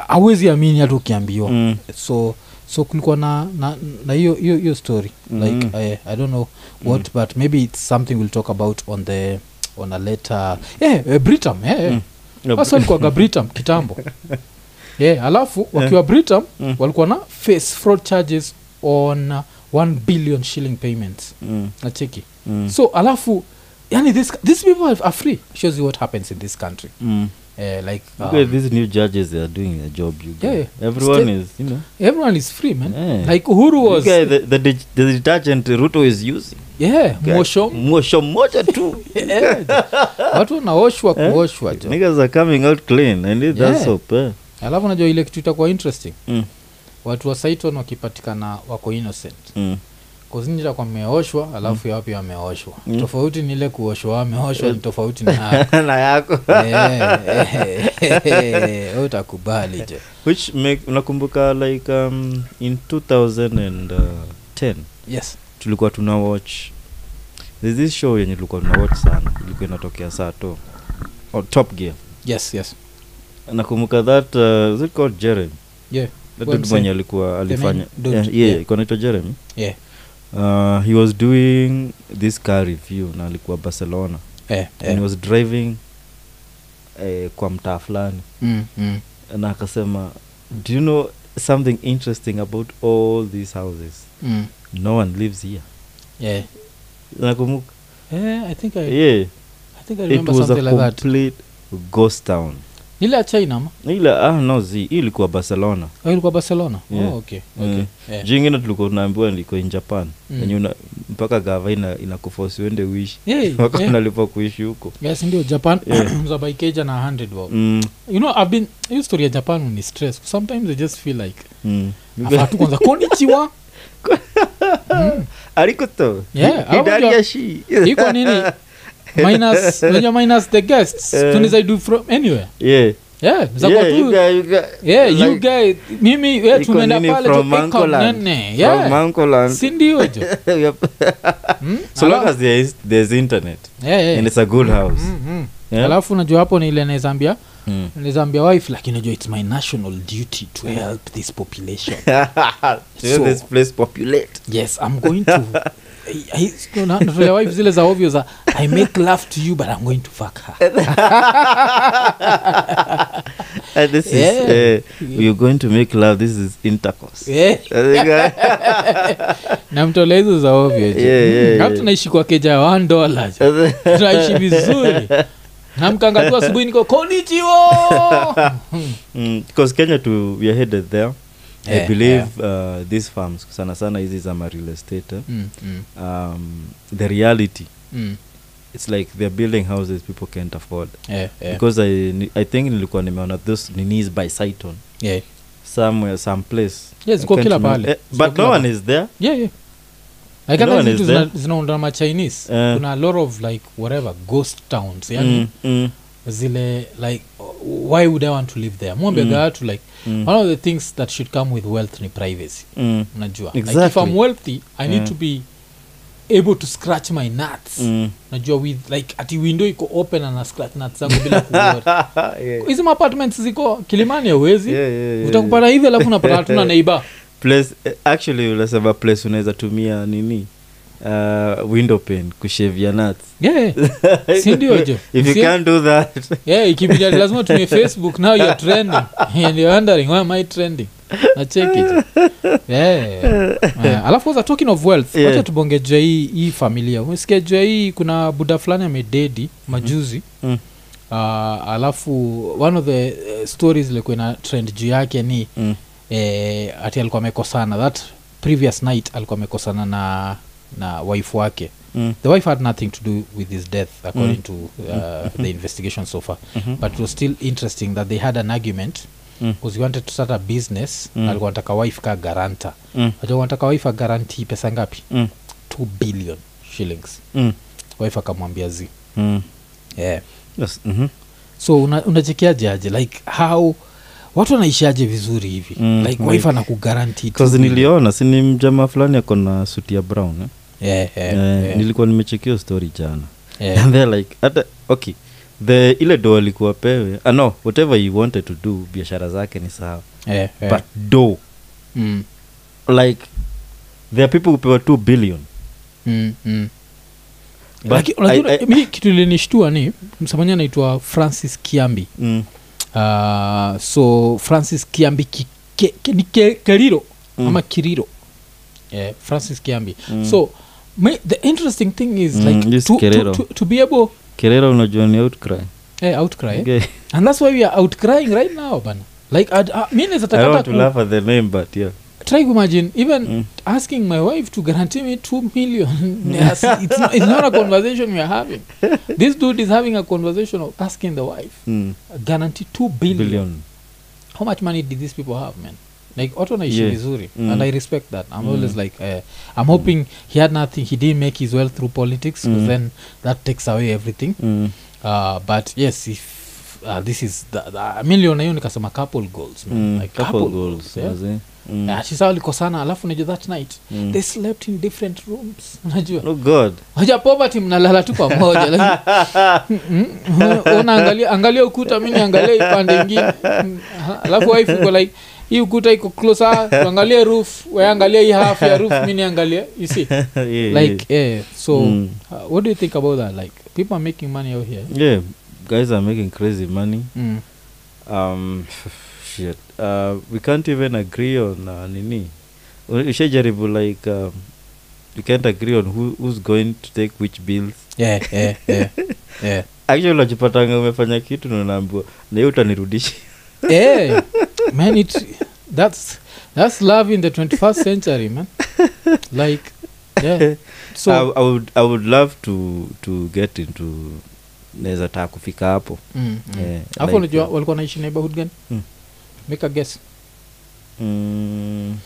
S1: awezi amini hata ukiambiwa
S2: mm.
S1: so so kulikuwa na na na hiyo hiyo hiyo story
S2: Mhm.
S1: like I, i don't know what but maybe it's something we'll talk about on the on a later yeah, eh, britam yeah, yeah.
S2: Mm. Yeah,
S1: hasa walikuwaga britam kitambo yeah, alafu wakiwa britam
S2: Mm.
S1: walikuwa na face fraud charges on uh, 1 billion shilling payments
S2: mm,
S1: na cheki
S2: mm,
S1: so alafu yani this, these people are are free shows you what happens in this country
S2: mm.
S1: uh, like
S2: Look at
S1: um,
S2: these new judges they are doing their job you
S1: Yeah,
S2: guys.
S1: yeah.
S2: everyone
S1: Still-
S2: is you know
S1: everyone is free man
S2: Yeah.
S1: like uhuru
S2: you
S1: was
S2: guys, the, the, dig- the detergent ruto is using
S1: yeah
S2: Guys,
S1: mosho
S2: mosho moja tu
S1: Yeah. Eh, watu wanaoshwa
S2: Eh?
S1: kuoshwa jo
S2: niggas are coming out clean i need that
S1: Yeah.
S2: soap eh.
S1: alafu najua ile kitu itakuwa interesting
S2: mm,
S1: watu wa saiton wakipatikana wako innocent
S2: mm.
S1: kozinjitakuwa mmeoshwa alafu ya wapi wameoshwa
S2: Mm. Eh.
S1: tofauti ni ile kuoshwa wameoshwa ni tofauti na yako.
S2: na yako
S1: Eh, wewe utakubali jo
S2: which make unakumbuka like um, in 2010
S1: yes
S2: tulikuwa tuna watch there's this show yenye tulikuwa tuna watch sana ilikuwa inatokea sato oh, top gear
S1: yes yes
S2: nakumbuka that uh, is it called jeremy
S1: yeah
S2: that
S1: Wemse.
S2: dude mwenye alikuwa
S1: main
S2: alifanya
S1: dude,
S2: yeah, yeah,
S1: yeah.
S2: alikuwa anaitwa jeremy
S1: yeah
S2: uh, he was doing this car review na alikuwa barcelona
S1: eh,
S2: and he
S1: eh.
S2: was driving eh, kwa mtaa fulani
S1: Mm, mm.
S2: na akasema do you know something interesting about all these houses
S1: Mm.
S2: no one lives here
S1: yeah
S2: nakumbuka
S1: Eh, i think i,
S2: yeah
S1: I, think I
S2: it
S1: remember
S2: was a
S1: something like that
S2: complete ghost town
S1: ile ya china ma
S2: ile ah no zi hii ilikuwa barcelona
S1: Au ilikuwa barcelona
S2: Yeah.
S1: oh, okay, okay.
S2: Mm.
S1: Yeah.
S2: juu ingine tulikuwa tunaambiwa liko in japan
S1: Mm.
S2: yenye una- mpaka gava ina, inakufosi uende uishi
S1: Yeah,
S2: mpaka
S1: yeah.
S2: unalipa kuishi huko
S1: yes ndio japan
S2: Yeah.
S1: za baikeja na 100 bob
S2: mm,
S1: you know i've been hiyo story ya japan ni stress sometimes i just feel like
S2: mm.
S1: afaa tu kwanza konichiwa
S2: arikoto
S1: Yeah, I wonder-
S2: hidariashi
S1: iko nini minus unajua minus the guests
S2: Eh.
S1: tunaweza do from anywhere
S2: yeah
S1: yeah za
S2: yeah,
S1: kwa tu
S2: you guy- you guy-
S1: yeah
S2: like,
S1: you guys mimi yeah,
S2: iko
S1: tumeenda
S2: nini
S1: pale
S2: from
S1: tu eka
S2: Mancoland?
S1: nene
S2: From
S1: yeah
S2: Mancoland.
S1: si ndio jo
S2: Yep.
S1: Mm,
S2: so long
S1: alafu-
S2: as there is, there's internet
S1: yeah, yeah.
S2: and it's a good house
S1: Mm, mm.
S2: yeah?
S1: alafu unajua hapo ni ile naezambia
S2: Mm.
S1: naezambia wife lakini unajua it's my national duty to help this population
S2: To have this place populate
S1: yes i'm going to I- I- no, na- natolea wife zile za ovyo za i make love to you but i'm going to fuck her
S2: Uh, this
S1: Yeah.
S2: is uh, you're going to make love this is intercourse
S1: Eh,
S2: I think I-
S1: namtolea hizo za ovyo je.
S2: Yeah, yeah,
S1: Mm,
S2: yeah.
S1: hapo tunaishi kwa keja ya one dollar je. tunaishi vizuri namkanga tu asubuhi niko konichiwo
S2: Mm, because kenya to we are headed there i
S1: Yeah,
S2: believe uh, these farms sana sana hizi zama real estate eh,
S1: Mm, mm,
S2: um, the reality
S1: mm.
S2: it's like they're building houses people can't afford
S1: Eh, eh,
S2: because I, ni- i think nilikuwa nimeona those ninis by siton
S1: yeah.
S2: somewhere some place
S1: Yeah,
S2: I
S1: ziko
S2: can't
S1: kila
S2: remember.
S1: pahali.
S2: Eh,
S1: Ziko
S2: but
S1: kila
S2: no
S1: pahali.
S2: one is there
S1: Yeah, yeah. like
S2: You know
S1: hata
S2: one
S1: zitu
S2: is
S1: zina-
S2: there?
S1: zinaondoa machinese
S2: Eh.
S1: kuna a lot of like whatever ghost towns yani
S2: Mm, mm,
S1: zile like why would i want to live there mwambiaga
S2: Mm.
S1: watu like
S2: mm,
S1: one of the things that should come with wealth ni privacy
S2: mm,
S1: unajua like if
S2: Exactly.
S1: i'm wealthy i need
S2: Mm.
S1: to be able to scratch my nuts
S2: mm.
S1: unajua with like ati window iko open ana scratch nuts zangu bila kuori
S2: Yeah,
S1: hizi apartments ziko kilimani hauwezi
S2: yeah, yeah, yeah.
S1: utakupata hivi alafu unapata hatuna neiba
S2: place eh, actually unasema place unaweza tumia nini uh, window pane kushevia nuts
S1: yeah. Sindio, Jo?
S2: if you
S1: Si-
S2: can't do that
S1: yeah, ikibidi lazima utumie facebook now you're trending and you're wondering why am i trending na check it yeah. yeah. alafu za talking of wealth
S2: Yeah.
S1: yeah. wacha tubonge juu ya hii hii familia umesikia juu ya hii kuna buda fulani amededi majuzi
S2: Mm.
S1: Uh, alafu one of the uh, stories ilikuwa ina trend juu yake ni
S2: Mm,
S1: eh, ati alikuwa amekosana that previous night alikuwa amekosana na na wife wake
S2: mm,
S1: the wife had nothing to do with his death according
S2: Mm.
S1: to uh, the investigation so far
S2: mhm,
S1: but it was still interesting that they had an argument
S2: mm,
S1: because he wanted to start a business
S2: Mm.
S1: mm. alikuwa anataka wife ka garanta
S2: mm,
S1: aja wanataka wife agaranti pesa ngapi
S2: mm,
S1: 2 billion shillings
S2: mm,
S1: wife akamwambia zi
S2: mm.
S1: yeah.
S2: Yes, mhm,
S1: so una- unachekeaje aje like how watu wanaishaje vizuri hivi
S2: Mm,
S1: like
S2: like-
S1: wife anakugaranti 2
S2: 'Cause
S1: billion.
S2: niliona sini mjamaa fulani ako na suti ya brown eh?
S1: yeah, yeah,
S2: Eh,
S1: yeah,
S2: nilikuwa nimechekio story jana
S1: yeah.
S2: and they're like hata okay the ile do alikuwa pewe ah, no whatever he wanted to do biashara zake ni sawa
S1: yeah, yeah.
S2: but do
S1: mm,
S2: like there are people hupewa 2 billion
S1: mm, mm.
S2: But
S1: Lakini unajua,
S2: I- I-
S1: mi kitu ilinishtua ni msamaji anaitwa francis kiambi
S2: mm.
S1: uh, so francis kiambi ki, ke, ke, ni ke, keriro
S2: Mm.
S1: mm. ama kiriro yeah, francis kiambi
S2: Mm.
S1: mm. so me, the interesting thing is
S2: Mm,
S1: like
S2: this
S1: to,
S2: Kiriro.
S1: to, to, to be able
S2: kerera unajua ni outcry
S1: eh, outcry okay.
S2: Okay.
S1: and that's why we are outcrying right now bana like ad, uh, mi naweza
S2: I
S1: taka
S2: want
S1: hata
S2: to
S1: ku-
S2: laugh at the name but yeah
S1: try imagine even
S2: Mm.
S1: asking my wife to guarantee me 2 million Yes, it's, not, it's not a conversation we are having this dude is having a conversation of asking the wife
S2: mm.
S1: guarantee 2 billion,
S2: billion
S1: how much money did these people have man like otto naishi
S2: Yeah.
S1: vizuri
S2: Mm.
S1: and i respect that i'm
S2: Mm.
S1: always like uh, i'm hoping he had nothing he didn't make his wealth through politics 'cause
S2: Mm.
S1: then that takes away everything
S2: mm.
S1: uh, but yes if uh, this is the, the million na hiyo nikasema couple goals man.
S2: Mm.
S1: like
S2: couple goals
S1: yeah.
S2: as in. Mm.
S1: Ah, she's alikosana alafu najua that night
S2: Mm.
S1: they slept in different rooms unajua
S2: oh god
S1: haja poverty mnalala tu pamoja lakini- Mm, mm, unaangalia angalia ukuta mi niangalia ipande ingine Mm, aha. alafu wife iko like hii ukuta iko close ah, tuangalie roof weangalia hii half ya roof mi niangalia you see
S2: yeah,
S1: like eh, so
S2: Mm.
S1: uh, what do you think about that like people are making money out here
S2: yeah. yeah guys are making crazy money
S1: mm.
S2: um shit uh, we can't even agree on uh, nini ushajaribu like um, you can't agree on who, who's going to take which bills
S1: yeah, yeah, yeah, yeah.
S2: actually unajipatanga umefanya kitu na unaambiwa na hiyo utanirudisha
S1: yeah Eh, man it that's that's love in the 21st century man like yeah so
S2: I, I, would, i would love to to get into naweza taa kufika hapo
S1: mm, mm.
S2: yeah,
S1: Alafu
S2: like
S1: unajua
S2: that.
S1: walikuwa naishi neighborhood gani
S2: Mm.
S1: make a guess
S2: mm,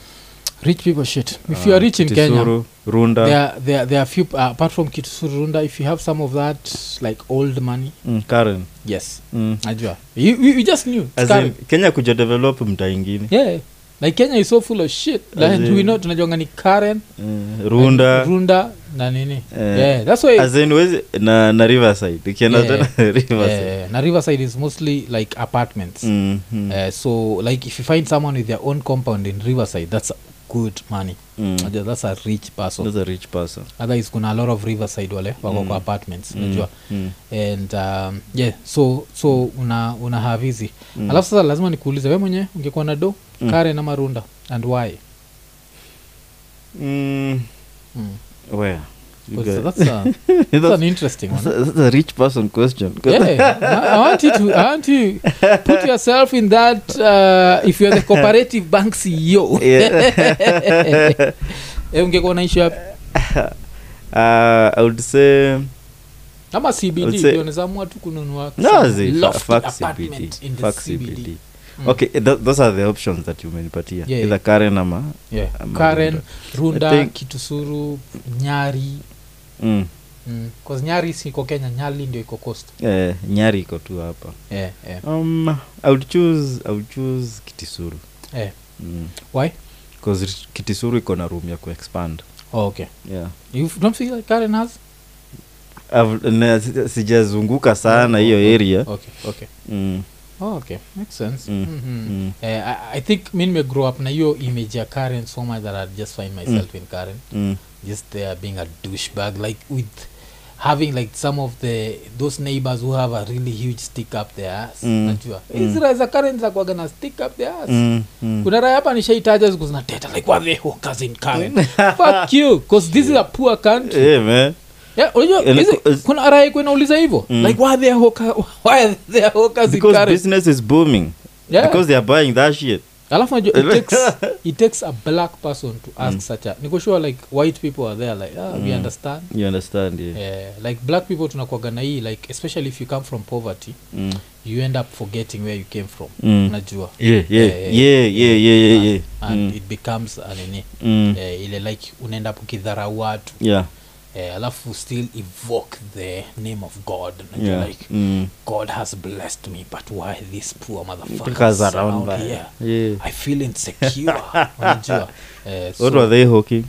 S1: rich people shit if
S2: ah,
S1: you are rich in kenya
S2: Tisuru, runda
S1: there are, there, are- there are few uh, apart from kitusuru runda if you have some of that like old money
S2: mm, karen
S1: yes
S2: mm.
S1: najua you, you, you just knew It's
S2: As in,
S1: current.
S2: kenya kuja develop mta ingine
S1: yeah like kenya is so full of shit
S2: As
S1: like, we
S2: in-
S1: know tunajuanga ni karen
S2: mm, runda
S1: runda na nini
S2: eh,
S1: yeah that's why
S2: as in wezi, na, na riverside ukienda
S1: Yeah.
S2: tena riverside
S1: yeah, Eh, na riverside is mostly like apartments mm.
S2: Mm, mm,
S1: uh, so like if you find someone with their own compound in riverside that's good money
S2: mm.
S1: mm. that's a rich person
S2: That's a rich person
S1: otherwise kuna a lot of riverside wale wako
S2: Mm.
S1: kwa apartments
S2: Mm,
S1: unajua
S2: mm,
S1: and um, yeah so so una una have hizi
S2: mm.
S1: alafu sasa lazima nikuulize we mwenyewe ungekuwa na do
S2: Mm.
S1: kare na marunda and why
S2: Mm,
S1: mm.
S2: where You
S1: so
S2: got-
S1: that's, a, that's an interesting one
S2: That's that's a rich person question. 'Cause-
S1: yeah, I, I want you to I want you put yourself in that uh, if you're the cooperative bank CEO.
S2: Yeah.
S1: Eh, ungekuwa naishi wapi?
S2: uh, I would say
S1: Ama
S2: I'll
S1: CBD
S2: say-
S1: ndio unaweza amua tu kununua
S2: no,
S1: some
S2: zi- fa-
S1: lofty
S2: fuck
S1: apartment
S2: CBD.
S1: in the
S2: Fuck
S1: CBD.
S2: CBD.
S1: Mm.
S2: okay th those are the options that umenipatia
S1: Yeah,
S2: either
S1: yeah.
S2: karen ama
S1: yeah.
S2: Ama
S1: karen runda
S2: I think-
S1: kitusuru nyari
S2: mm,
S1: mm. 'Cause nyari siko kenya nyali ndio iko coast
S2: eh, nyari iko tu hapa
S1: yeah, yeah.
S2: um, I would choose, I would choose kitisuru
S1: Eh.
S2: mm.
S1: why
S2: 'Cause kitisuru iko na room ya kuexpand
S1: oh, okay
S2: yeah
S1: you don't feel like karen has
S2: I've- na- si- sijazunguka sana hiyo area
S1: okay okay
S2: mm,
S1: oh, okay makes sense
S2: Mm,
S1: Mhm.
S2: mm,
S1: Eh, I, i think mi nime grow up na hiyo image ya karen so much that i just find myself in karen
S2: mm,
S1: just there being a douchebag like with having like some of the those neighbors who have a really huge stick up their ass
S2: Mm.
S1: najua
S2: Mm.
S1: israel za current za kwaga na stick up their ass
S2: mm, mm.
S1: kuna raya hapa nishaitaja siku zinateta like wa the hawkers in current fuck you cause this is a poor country
S2: Eh, man.
S1: yeah, unajua
S2: And
S1: hizi-
S2: because-
S1: kuna raya ikuwa inauliza hivyo
S2: uh, Mm.
S1: like why they are hawker why are they are hawkers in
S2: because
S1: current
S2: business is booming
S1: Yeah.
S2: because they are buying that shit
S1: alafu najua it takes, it takes a black person to ask such a niko sure like white people are there like ah, we
S2: Mm.
S1: understand
S2: you understand yeah.
S1: yeah, like black people tunakuaga na hii like especially if you come from poverty
S2: Mm.
S1: you end up forgetting where you came from
S2: Mm.
S1: unajua
S2: Yeah, yeah,
S1: Eh,
S2: yeah, yeah, yeah, yeah, yeah.
S1: and
S2: Mm,
S1: it becomes uh, nini
S2: mm,
S1: eh, ile like unaenda up ukidharau watu
S2: yeah,
S1: eh, alafu still evoke the name of god unajua,
S2: yeah,
S1: like
S2: mm.
S1: god has blessed me but why this poor motherfucker
S2: Because
S1: is
S2: around
S1: around
S2: by-
S1: here
S2: yeah.
S1: i feel insecure unajua eh,
S2: What were
S1: so,
S2: they hawking?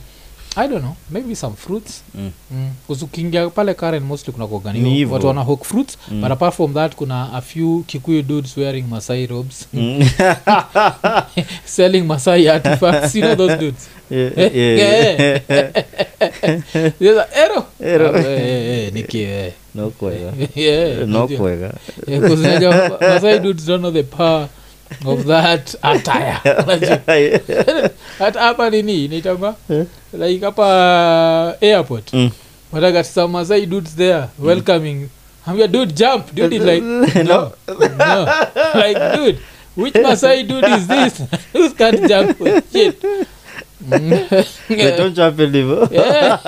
S1: i don't know maybe some fruits
S2: Mm.
S1: Mm. 'Cause ukiingia pale karen mostly kuna
S2: Ni
S1: kuoganiwa
S2: hivyo.
S1: watu wana hawk fruits
S2: Mm.
S1: mm. but apart from that kuna a few kikuyu dudes wearing masai robes
S2: Mm.
S1: selling masai artifacts you know those dudes
S2: Yeah, yeah.
S1: They're like, ero
S2: Ero.
S1: Ah, eh, eh, eh, niki eh.
S2: No kwega.
S1: yeah
S2: Eh, No
S1: unajua.
S2: kwega.
S1: Yeah, 'cause unajua, ma- masai dudes don't know the power of that attire Unajua. hata hapa nini inaitangwa
S2: Eh.
S1: like hapa eh, airport
S2: Mm.
S1: But I got some Masai dudes there welcoming. I'm like, dude, jump. Dude is like, no, no. Like, dude, which Masai dude is this? Who can't jump for shit? Mm.
S2: They don't jump in liver.
S1: yeah.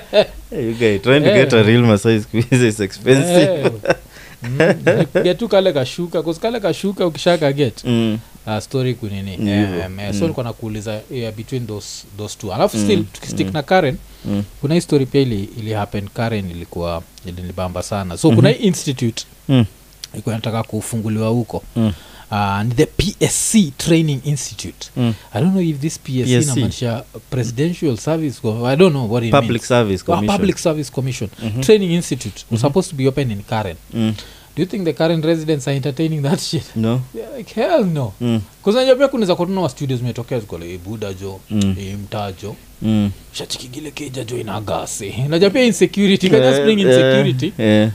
S2: Hey, you guys, trying to get a real massage squeeze is expensive.
S1: Yeah. Eh. Mm. Get tu kale kashuka cause kale kashuka ukishaka get
S2: Mm,
S1: uh, story kunini
S2: Ni hivyo.
S1: um, eh,
S2: Mm.
S1: so nilikuwa nakuuliza eh, between those, those two alafu
S2: Mm.
S1: still tukistick
S2: Mm.
S1: na Karen
S2: mm,
S1: kuna hii story pia ili, ili happen Karen ilikuwa ilinibamba sana so
S2: Mhm.
S1: kuna hii institute
S2: mm,
S1: ilikuwa nataka kufunguliwa huko
S2: mm,
S1: uh, ni the psc training institute
S2: mm.
S1: i don't know if this psc,
S2: PSC.
S1: inamaanisha presidential service Co- i don't know what it
S2: Public
S1: means.
S2: service
S1: Oh,
S2: commission.
S1: public service commission
S2: Mhm.
S1: training institute was supposed to be open in karen
S2: Mm.
S1: do you think the current residents are entertaining that shit
S2: No.
S1: They're like hell no
S2: Mm,
S1: kuzinajua pia kunaweza kutuna wa studios umetokea zikola ibuda jo
S2: Mm.
S1: eh, mtaa jo
S2: mm.
S1: shachikigile keja jo inagase najua pia insecurity can just bring
S2: Eh,
S1: insecurity
S2: eh, eh.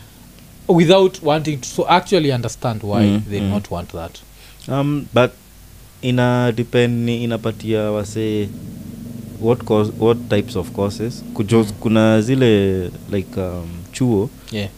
S1: without wanting to so actually understand why
S2: Mm,
S1: they
S2: mm.
S1: not want that
S2: um but ina depend ni inapatia wase what course, what types of courses Kujo,
S1: Mm.
S2: kuna zile like um, chuo
S1: yeah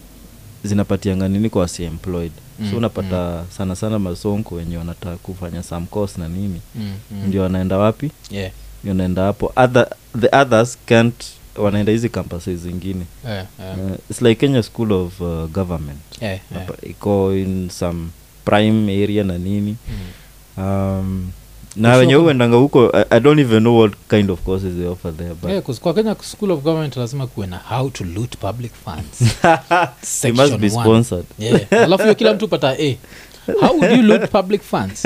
S2: zinapatianga nini kwa wase employed mm,
S1: Mm,
S2: so unapata mm. sana sana masonko wenye wanataka kufanya some course na nini
S1: mm,
S2: mm.
S1: mm.
S2: ndio wanaenda wapi
S1: yeah
S2: Ndio wanaenda hapo Other, the others can't wanaenda hizi campuses zingine
S1: yeah, yeah.
S2: uh, it's like kenya school of uh, government
S1: yeah, yeah.
S2: Hapa iko in some prime area na nini
S1: Mm.
S2: um,
S1: Kwa
S2: na wenye
S1: sababu-
S2: huendanga huko I, i don't even know what kind of courses they offer there but
S1: Yeah, Eh, 'cause kwa kenya school of government lazima kuwe na how to loot public funds
S2: they
S1: Section
S2: must be
S1: one.
S2: sponsored
S1: yeah. alafu hiyo kila mtu pata a how would you loot public funds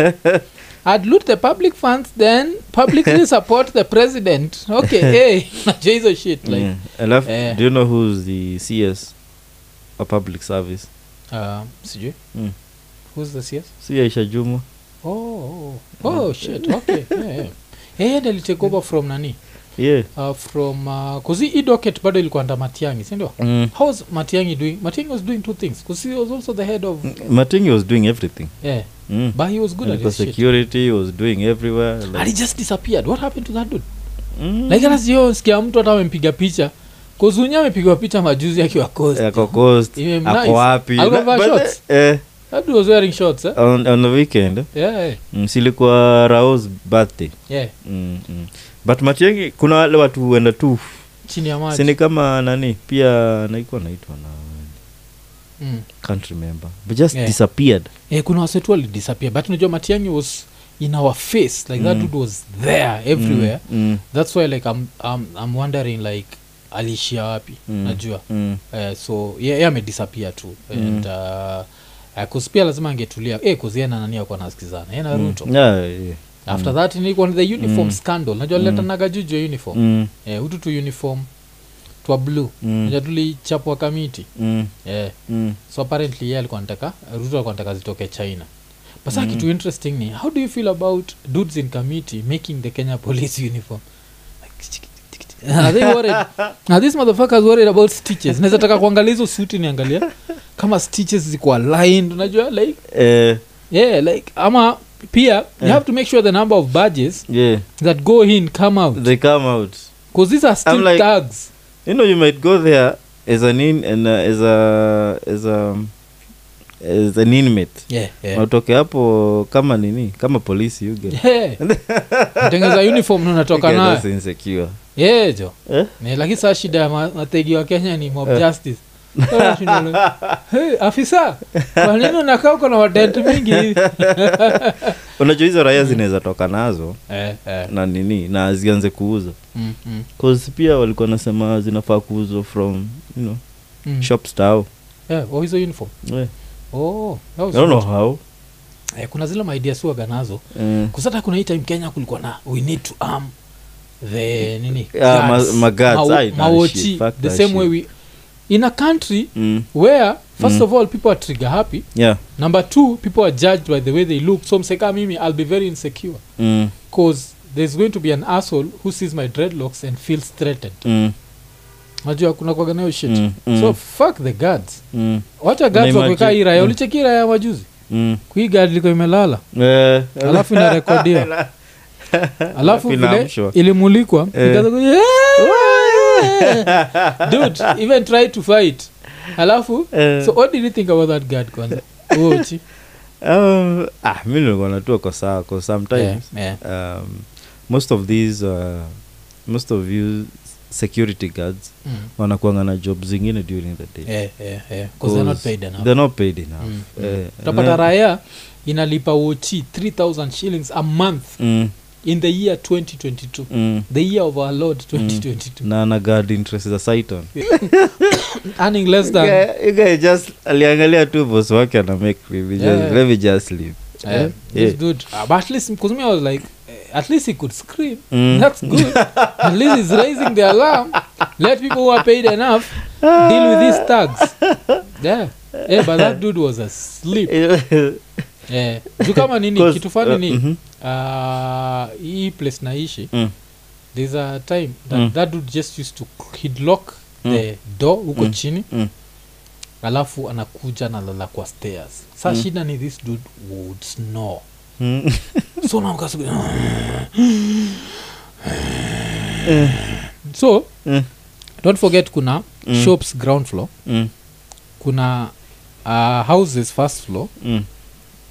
S1: i'd loot the public funds then publicly support the president okay hey, najua hizo shit like
S2: yeah. I love,
S1: Eh.
S2: do you know who's the cs a public service
S1: um, sijui
S2: mm.
S1: who's the cs
S2: si aisha juma
S1: oh, oh, oh. oh shit okay yeah, yeah. Hey, and take over from nani
S2: yeah
S1: uh, from uh, kuzi idoket bado ilikuwa under matiangi sindio
S2: mm.
S1: how was matiangi doing matiangi was doing two things kuzi was also the head
S2: Mm.
S1: of
S2: matingi was doing everything
S1: yeah
S2: mm.
S1: but he was good at
S2: Alikuwa
S1: his shit
S2: security was doing everywhere
S1: and
S2: like,
S1: he just disappeared what happened to that dude
S2: mm.
S1: like hata sio sikia mtu hata amempiga picha kozunya amepigwa picha majuzi akiwa coast
S2: ako coast
S1: Iwe
S2: ako
S1: nice.
S2: wapi
S1: Alikuwa
S2: Na-
S1: amevaa
S2: but,
S1: shorts.
S2: eh,
S1: that dude was wearing shorts eh?
S2: on, on the weekend
S1: yeah, yeah,
S2: mm, silikuwa raos birthday
S1: yeah.
S2: mm, mm. but matiangi kuna wale watu huenda tu
S1: chini ya maji
S2: sini kama nani pia naikuwa naitwa na
S1: mm.
S2: can't remember but just
S1: Yeah.
S2: disappeared
S1: eh, kuna wasetu walidisappear but unajua matiangi was in our face like mm. that
S2: Mm.
S1: dude was there everywhere mm.
S2: mm,
S1: that's why like I'm, I'm, I'm wondering like aliishia wapi
S2: Mm.
S1: mm. najua
S2: mm,
S1: uh, so ye ye amedisappear tu
S2: Mm.
S1: and uh, cause pia lazima angetulia eh, cause yeye na nani akuwa nasikizana yeye na
S2: mm.
S1: ruto
S2: Yeah, yeah.
S1: after that nilikuwa ni the uniform
S2: Mm.
S1: scandal najua
S2: Mm.
S1: letanaga juju ya uniform
S2: Mm,
S1: eh, hutu tu uniform twa blue
S2: mm,
S1: najua tulichapwa kamiti
S2: mm,
S1: eh,
S2: mm.
S1: so apparently yeye alikuwa anataka ruto alikuwa anataka zitoke china basa mm. kitu interesting ni how do you feel about dudes in committee making the kenya police uniform are they worried are these motherfuckers worried about stitches naweza taka kuangalia hizo suti niangalia kama stitches ziko aligned unajua like
S2: Eh,
S1: yeah like ama pia you
S2: Eh.
S1: have to make sure the number of badges
S2: yeah
S1: that go in come out
S2: they come out
S1: because these are still
S2: I'm like-
S1: tags
S2: you know you might go there as an in and uh, as a as a as an inmate
S1: yeah, yeah.
S2: yeah. utoke hapo kama nini kama polisi you get
S1: Yeah. Tengeneza uniform na unatoka
S2: Okay,
S1: nayo
S2: that's insecure
S1: yeah, jo
S2: eh?
S1: Ne, lakini saa shida ya ma- mategi wa kenya ni mob justice Sasa tunalo- Hey, afisa kwa nini unakaa uko na wadent mingi hivi
S2: unajua hizo
S1: Mm.
S2: raia zinaweza toka nazo
S1: Eh, eh,
S2: na nini na zianze kuuza
S1: mm, mm,
S2: cause pia walikuwa nasema zinafaa kuuzwa from you know,
S1: mm.
S2: shop style
S1: Eh, oh, hizo uniform
S2: yeah.
S1: Oh, that
S2: I
S1: was
S2: don't know
S1: good.
S2: how
S1: Eh, kuna zile maidia suaga nazo
S2: eh,
S1: kusata kuna hii time kenya kulikuwa na we need to arm the nini
S2: Ah, ma-
S1: guards,
S2: maguards,
S1: mawo-
S2: aye, that
S1: mawochi,
S2: shit, fuck
S1: the
S2: that
S1: same way we in a country
S2: mm,
S1: where first
S2: Mm.
S1: of all people are trigger happy
S2: yeah
S1: number two people are judged by the way they look so mseka mimi i'll be very insecure
S2: mm,
S1: cause there's going to be an asshole who sees my dreadlocks and feels threatened
S2: mm,
S1: najua kuna kwaga nayo shit
S2: mm, mm,
S1: so fuck the guards
S2: mm,
S1: wacha guards
S2: Unaimagine-
S1: wakueka hii raya
S2: mm.
S1: ulicheki hii raya majuzi
S2: mm.
S1: kui gad liko imelala
S2: Eh,
S1: alafu inarekodiwa alafu vile
S2: Inaamshwa.
S1: ilimulikwa
S2: Eh.
S1: ikaanza ku- Yeah! dude even try to fight alafu
S2: eh,
S1: so what did you think about that guard kwanza Oh, uochi
S2: um, ah, mi nilikuwa natua kwa saa kwa sometimes
S1: yeah.
S2: um, most of these uh, most of you security guards
S1: Mm.
S2: wanakuanga na job zingine during the day
S1: Yeah, yeah, yeah. Eh, 'Cause they're not paid enough.
S2: they're not paid enough
S1: Mm, mm.
S2: Eh,
S1: utapata
S2: and then-
S1: raya inalipa wochi 3000 shillings a month
S2: Mm,
S1: in the year 2022
S2: mm.
S1: the year of our lord 2022
S2: na ana guard interest za Saiton.
S1: earning less than
S2: You guy- you guy just aliangalia tu boss wake ana make leave, he
S1: Yeah,
S2: just-
S1: yeah.
S2: let me just leave
S1: eh,
S2: Eh,
S1: this
S2: yeah.
S1: dude uh, but at least because me I was like eh, at least he could scream
S2: Mm.
S1: that's good at least he's raising the alarm let people who are paid enough deal with these thugs yeah Eh, but that dude was asleep eh, juu kama nini
S2: 'Cause,
S1: kitu fani
S2: uh,
S1: ni
S2: mhm.
S1: uh, hii place naishi
S2: Mm.
S1: there's a time that,
S2: Mm.
S1: that dude just used to he'd lock
S2: Mm.
S1: the door huko
S2: Mm.
S1: chini
S2: Mm.
S1: alafu anakuja analala kwa stairs sa
S2: Mm.
S1: shida ni this dude would snore
S2: Mm.
S1: so namkasuku
S2: Eh.
S1: so
S2: Mm.
S1: don't forget kuna
S2: Mm.
S1: shops ground floor
S2: Mm.
S1: kuna uh, houses first floor
S2: Mm.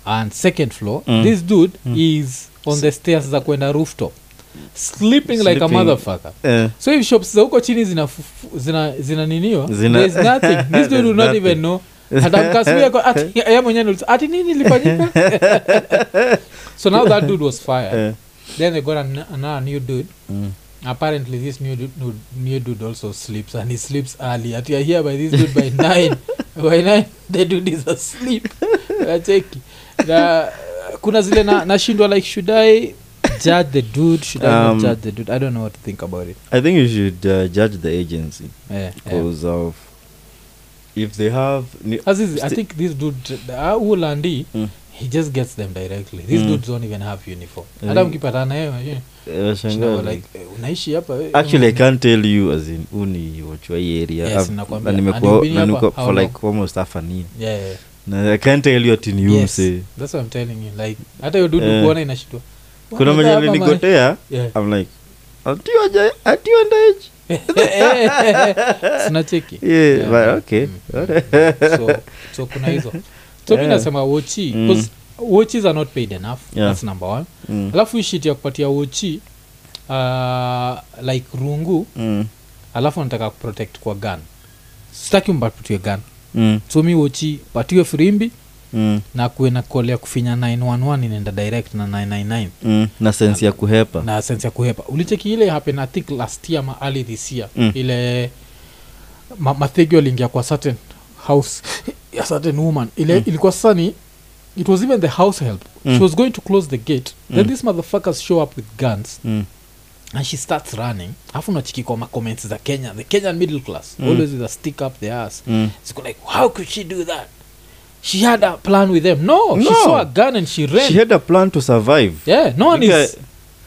S1: and second floor
S2: Mm.
S1: this dude
S2: Mm.
S1: is on the stairs za kwenda rooftop sleeping, like a
S2: Sleeping.
S1: motherfucker
S2: Eh,
S1: so if shops za huko chini zina fufu- zina zina niniwa
S2: Zina-
S1: there's nothing this dude
S2: There's
S1: will not
S2: nothing.
S1: even know hata mkasuia kwa ati yeye mwenyewe ndo ati nini ilifanyika so now that dude was fired
S2: eh,
S1: then they got an, another new dude
S2: mm.
S1: apparently this new dude, new, new dude also sleeps and he sleeps early at you are here by this dude by nine by nine the dude is asleep acheki na kuna zile na- nashindwa like should i judge the dude should i not
S2: Um,
S1: judge the dude i don't know what to think about it
S2: I think you should uh, judge the agency
S1: yeah, yeah.
S2: because of if they have ni-
S1: As is, i think this dude uh, ulandi
S2: Mm.
S1: he just gets them directly these
S2: Mm.
S1: dudes don't even have uniform
S2: I
S1: hata
S2: think-
S1: mkipatana yeye
S2: Washangaa,
S1: mm. like eh, unaishi hapa eh,
S2: actually i
S1: mm.
S2: can't tell you as in uni wachwa hii area
S1: Yes,
S2: I've-
S1: nakwambia.
S2: na
S1: And you've
S2: nimekuwa
S1: been
S2: na
S1: hapa
S2: nimekuwa
S1: how
S2: for
S1: long?
S2: like almost half an year
S1: yeah, yeah.
S2: na i can't tell you ati ni huyu
S1: Yes.
S2: msee
S1: that's what i'm telling you like hata hiyo dudu
S2: Eh.
S1: kuona inashitwa
S2: kuna mwenye alinigotea i'm like "Aren't you aja- aren't you underage
S1: sinacheki
S2: yeah,
S1: Yeah.
S2: but okay
S1: Mm, mm, so, so kuna hizo so mi
S2: Yeah.
S1: nasema wochi
S2: Mm.
S1: because watches are not paid enough
S2: Yeah.
S1: that's number one
S2: Mm,
S1: alafu hii shit ya kupatia wochi uh, like rungu
S2: mm,
S1: alafu anataka kuprotect kwa gun sitaki umpatie gun
S2: mm,
S1: so mi wochi patiwe firimbi
S2: mm,
S1: na kuwe na kole ya kufinya 911 inaenda direct na 999
S2: mm, na sense ya kuhepa
S1: na sense ya kuhepa ulicheki ile happen i think last year ma early this year
S2: Mm.
S1: ile ma, mathegi aliingia kwa certain house a certain woman ile
S2: Mm.
S1: ilikuwa sasa ni it was even the house help
S2: Mm.
S1: she was going to close the gate then
S2: Mm.
S1: these motherfuckers show up with guns
S2: mm,
S1: and she starts running alafu nachiki kwa macomments za kenya the kenyan middle class
S2: Mm.
S1: always with a stick up their ass
S2: mm,
S1: It's like how could she do that she had a plan with them no, she
S2: No.
S1: saw a gun and she ran
S2: she had a plan to survive
S1: yeah no one
S2: Because-
S1: is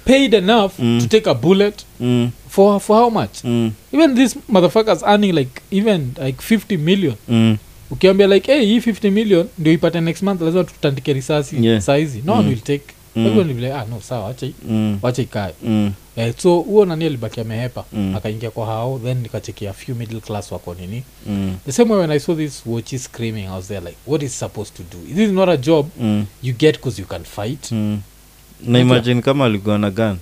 S1: paid enough
S2: Mm.
S1: to take a bullet
S2: mm,
S1: for for how much
S2: mm,
S1: even these motherfuckers earning like even like 50 million
S2: mm,
S1: ukiambia like hey hii 50 million ndio ipate next month lazima tutandike risasi
S2: Yeah.
S1: saizi no
S2: Mm.
S1: one will take
S2: Mm.
S1: everyone will be like ah no sawa acha
S2: mm,
S1: wacha ikae
S2: mm,
S1: eh, so huo nani alibaki amehepa
S2: Mm.
S1: akaingia kwa hao then nikachekia few middle class wako nini
S2: mm,
S1: the same way when i saw this watch screaming i was there like what is supposed to do this is not a job
S2: mm,
S1: you get cause you can fight
S2: mm. na imagine kama alikuwa na gun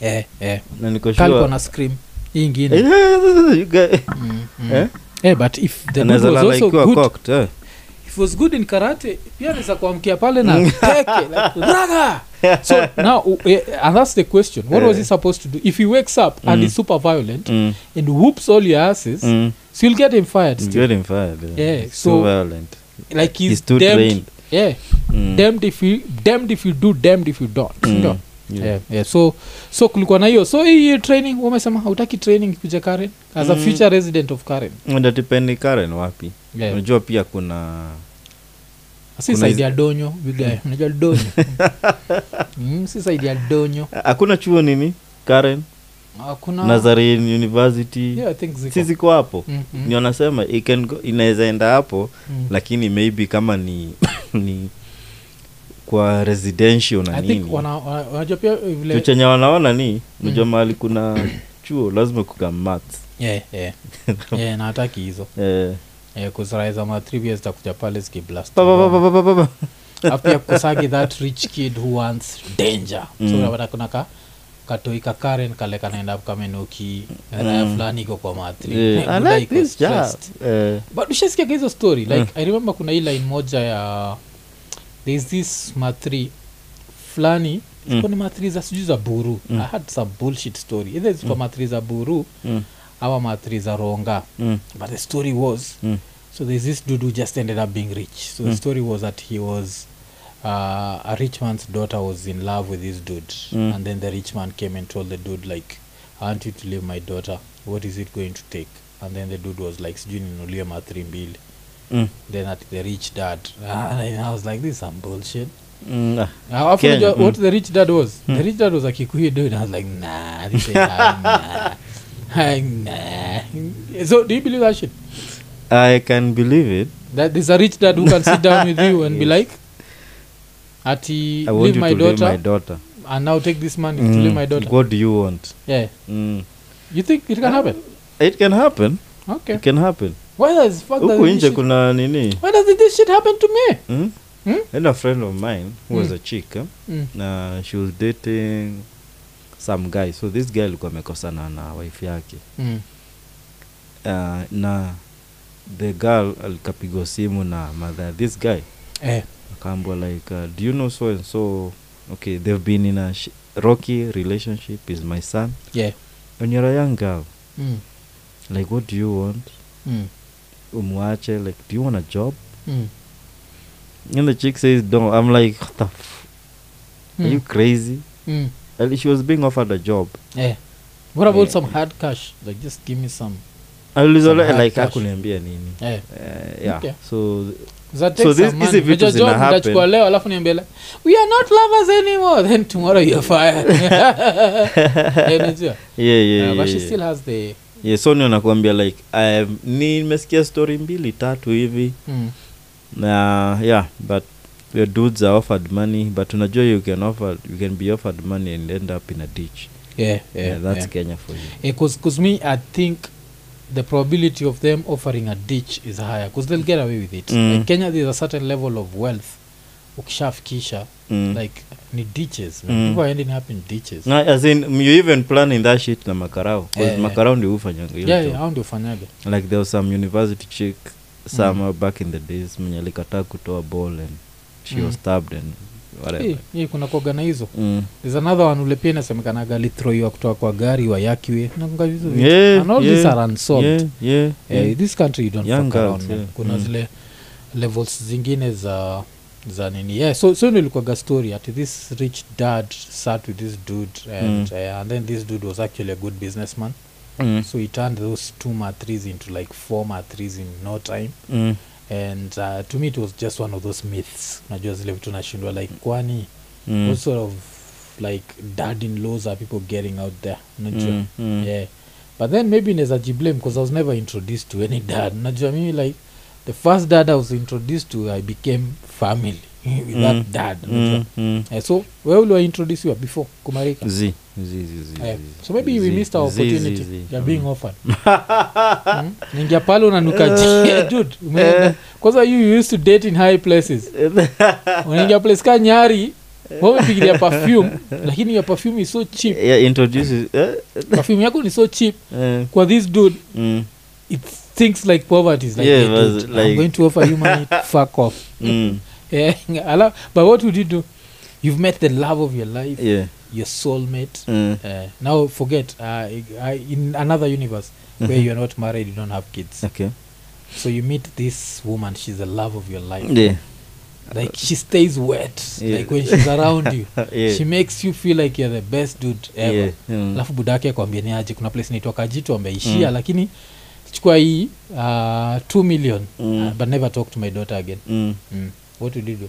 S1: eh, eh.
S2: na niko
S1: kalikuwa
S2: sure-
S1: na scream hii ingine
S2: Eh, eh, you guy-
S1: Mm, mm.
S2: Eh?
S1: Eh, but if the dude
S2: Anaweza
S1: was
S2: lala
S1: also
S2: ikiwa
S1: good-
S2: cocked, eh.
S1: if was good in karate pia anaweza kuamkia pale
S2: Mm.
S1: na teke like, raga so now u- eh, and that's the question what was he
S2: Eh.
S1: supposed to do if he wakes up and
S2: Mm.
S1: is super violent
S2: Mm,
S1: and whoops all your asses
S2: mm.
S1: so you'll get him fired still.
S2: You're in fire, yeah.
S1: Yeah,
S2: It's
S1: so-
S2: so violent.
S1: like he's,
S2: He's too
S1: damned,
S2: trained.
S1: yeah
S2: Mm.
S1: damned if you damned if you do damned if you don't
S2: Mm.
S1: Ndio?
S2: Yeah.
S1: Yeah, yeah. so so kulikuwa na hiyo so hii hiyo training wamesema hautaki training kuja karen as a
S2: Mm.
S1: future resident of karen
S2: And that depend Karen wapi
S1: yeah.
S2: unajua pia kuna
S1: si
S2: Kuna
S1: saidi
S2: hizi-
S1: ya donyo vigae unajua donyo mm, si saidi ya donyo
S2: hakuna chuo nini Karen
S1: hakuna
S2: Nazarene University
S1: yeah, I think ziko.
S2: si ziko hapo
S1: Mm, mm,
S2: ni wanasema it can go- inaweza enda hapo
S1: mm.
S2: lakini maybe kama ni ni kwa residential na
S1: I think
S2: nini
S1: wana- wana- wanajua pia eh,
S2: Chuo
S1: vile
S2: chenye wanaona ni unajua
S1: Mm.
S2: mahali kuna chuo lazima kuka maths
S1: Yeah, yeah. Yeah, na hataki hizo
S2: eh
S1: Eh, kuziraiza ma three years takuja pale zikiblast
S2: pa, pa, pa, pa, pa, pa, pa.
S1: Alafu pia kusagi that rich kid who wants danger so
S2: Mm.
S1: unapata kuna ka katoika karen kale kanaenda kamenuki raya fulani iko kwa matri
S2: Eh, Mm. I like this job Mm. eh
S1: but ushasikia hizo story like i remember kuna hii line moja ya thereis this matri fulani
S2: Mm.
S1: mm. ni matri za sijui za buru
S2: Mm.
S1: i had some bullshit story either zikuwa matri za buru
S2: mm,
S1: ama matri za ronga
S2: mm,
S1: but the story was
S2: mm.
S1: so there's this dude who just ended up being rich so the story was that he was uh, a rich man's daughter was in love with this dude
S2: Mm.
S1: and then the rich man came and told the dude like i want you to leave my daughter what is it going to take and then the dude was like sijui ninulie mathri mbili
S2: Mm.
S1: then at the rich dad and I was like this is some bullshit
S2: Mm, ah.
S1: Uh,
S2: Kenya,
S1: Kenya, what
S2: mm.
S1: the rich dad was the rich dad was a kikuyu dude and i was like nah this ain't nah, nah. so do you believe that shit
S2: Ah, I can believe it.
S1: that there's a rich dad who can sit down with you and be like ati
S2: I want
S1: leave
S2: you
S1: my
S2: to leave
S1: daughter
S2: my Mm, daughter.
S1: and now take this money to leave my daughter
S2: What do you want?
S1: yeah
S2: Mm.
S1: you think it can happen
S2: It can happen.
S1: okay
S2: It can happen.
S1: why does fuck does
S2: Huku
S1: this
S2: nje
S1: shit,
S2: kuna nini?
S1: why does this shit happen to me
S2: Mm?
S1: Hmm?
S2: And a friend of mine who was
S1: Mm.
S2: a chick, eh?
S1: mm.
S2: na she was dating some guy. So this guy alikuwa amekosana na wife yake.
S1: Mm.
S2: Uh, na the girl alikapigwa simu na mother ya this guy.
S1: Eh.
S2: Akaambwa like uh, do you know so and so? Okay, they've been in a sh- rocky relationship is my son.
S1: yeah
S2: And you're a young girl.
S1: mm.
S2: like what do you want
S1: Mm.
S2: umwache like do you want a job
S1: Mm.
S2: and the chick says no i'm like what the f- are you
S1: Mm.
S2: crazy
S1: Mm.
S2: and she was being offered a job
S1: Eh. what about
S2: Yeah.
S1: some hard cash like just give me some
S2: alizola
S1: Some hard
S2: like
S1: cash.
S2: akuniambia nini
S1: eh.
S2: uh, yeah
S1: Okay.
S2: so
S1: So
S2: So this- hizi vitu zina happen.
S1: leo alafu niambele we are not lovers anymore then tomorrow you're fired Eh, unajua?
S2: yeah yeah,
S1: Uh, but
S2: yeah,
S1: she
S2: yeah.
S1: still has the
S2: yeah so ni anakuambia like um, nimesikia story mbili tatu hivi
S1: mm.
S2: na yeah but your dudes are offered money but unajua you can offer you can be offered money and end up in a ditch
S1: yeah, yeah,
S2: yeah, that's
S1: yeah.
S2: kenya for you
S1: Because, me, I think the probability of them offering a ditch is higher because they'll get away with it.
S2: Mm.
S1: Like Kenya, there's a certain level of wealth. Ukishafikisha
S2: mm.
S1: like ni ditches,
S2: Mm.
S1: man. People are ending up in ditches.
S2: No, as in you even planning that shit na makarao
S1: Yeah,
S2: yeah,
S1: yeah.
S2: makarao ndio hufanyanga hiyo
S1: yeah,
S2: job.
S1: yeah, hao ndio ufanyaga.
S2: like there was some university chick sama
S1: Mm.
S2: back in the days mwenye alikataa kutoa ball and she was
S1: Mm.
S2: stabbed and whatever
S1: Hey, hey, Eh, kuna kuoga na hizo
S2: Mm.
S1: there's another one ule pia inasemekanaga alitroiwa kutoka kwa gari wayakiwe nakunga vizuri
S2: Yeah,
S1: and all these
S2: yeah,
S1: are unsolved
S2: yeah, yeah,
S1: Eh,
S2: yeah.
S1: this country you don't
S2: Young
S1: fuck around,
S2: girls,
S1: man.
S2: yeah.
S1: kuna
S2: Mm.
S1: zile levels zingine za za nini yeah so so nilikwaga story at this rich dad sat with this dude and,
S2: Mm.
S1: uh, and then this dude was actually a good businessman
S2: Mm,
S1: so he turned those two mathrees into like four mathrees in no time
S2: mm,
S1: and uh, to me it was just one of those myths unajua zile vitu nashindwa like kwani
S2: mm,
S1: what sort of like dad in laws are people getting out there unajua
S2: mm, mm.
S1: yeah but then maybe naweza jiblame because i was never introduced to any dad najua mimi like the first dad i was introduced to i became family with
S2: Mm.
S1: that dad unajua.
S2: Mm, mm.
S1: Eh, so where will i introduce you before kumarika
S2: Zi, zi, zi, zi,
S1: Eh,
S2: zi,
S1: so maybe we
S2: zi,
S1: missed our
S2: zi,
S1: opportunity
S2: zi, zi.
S1: you're being
S2: Mm.
S1: offered mm? ningia pale unanuka
S2: Eh,
S1: dude umeenda kwanza you used to date in high places unaingia place ka nyari wamefikiria perfume lakini your perfume is so cheap
S2: Yeah, introduces- eh,
S1: perfume yako ni so cheap
S2: eh,
S1: kwa this dude
S2: mm,
S1: it thinks like poverty is like,
S2: Yeah,
S1: yeah,
S2: it was
S1: dude,
S2: like-
S1: I'm going to offer you money fuck off
S2: mm,
S1: yeah, I love, but what would you do you've met the love of your life
S2: yeah,
S1: your soulmate
S2: mm.
S1: uh, now forget uh, I, in another universe where
S2: Mhm.
S1: you're not married you don't have kids
S2: Okay.
S1: so you meet this woman she's the love of your life
S2: Yeah,
S1: like she stays wet
S2: Yeah.
S1: like when she's around you
S2: yeah,
S1: she makes you feel like you're the best dude ever
S2: yeah, mm,
S1: alafu budake akwambia ni aje kuna place naitwa kajito ameishia
S2: Mm.
S1: mm. lakini chukua hii uh, 2 million
S2: Mm.
S1: mm. uh, but never talk to my daughter again
S2: mm.
S1: mm. what would you do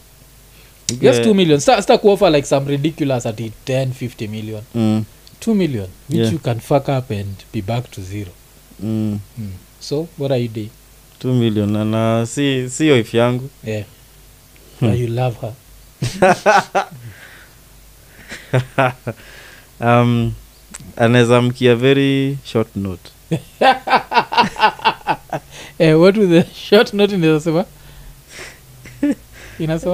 S2: Yeah,
S1: just 2 million start, start kuoffer like some ridiculous at 10 50 million
S2: mm,
S1: 2 million which
S2: Yeah.
S1: you can fuck up and be back to zero
S2: mm.
S1: mm. so what are you doing
S2: Two million na- na si si wife yangu
S1: yeah
S2: Hmm.
S1: But you love her
S2: um, anaweza mkia very short note
S1: eh, what with the short note inasema inasema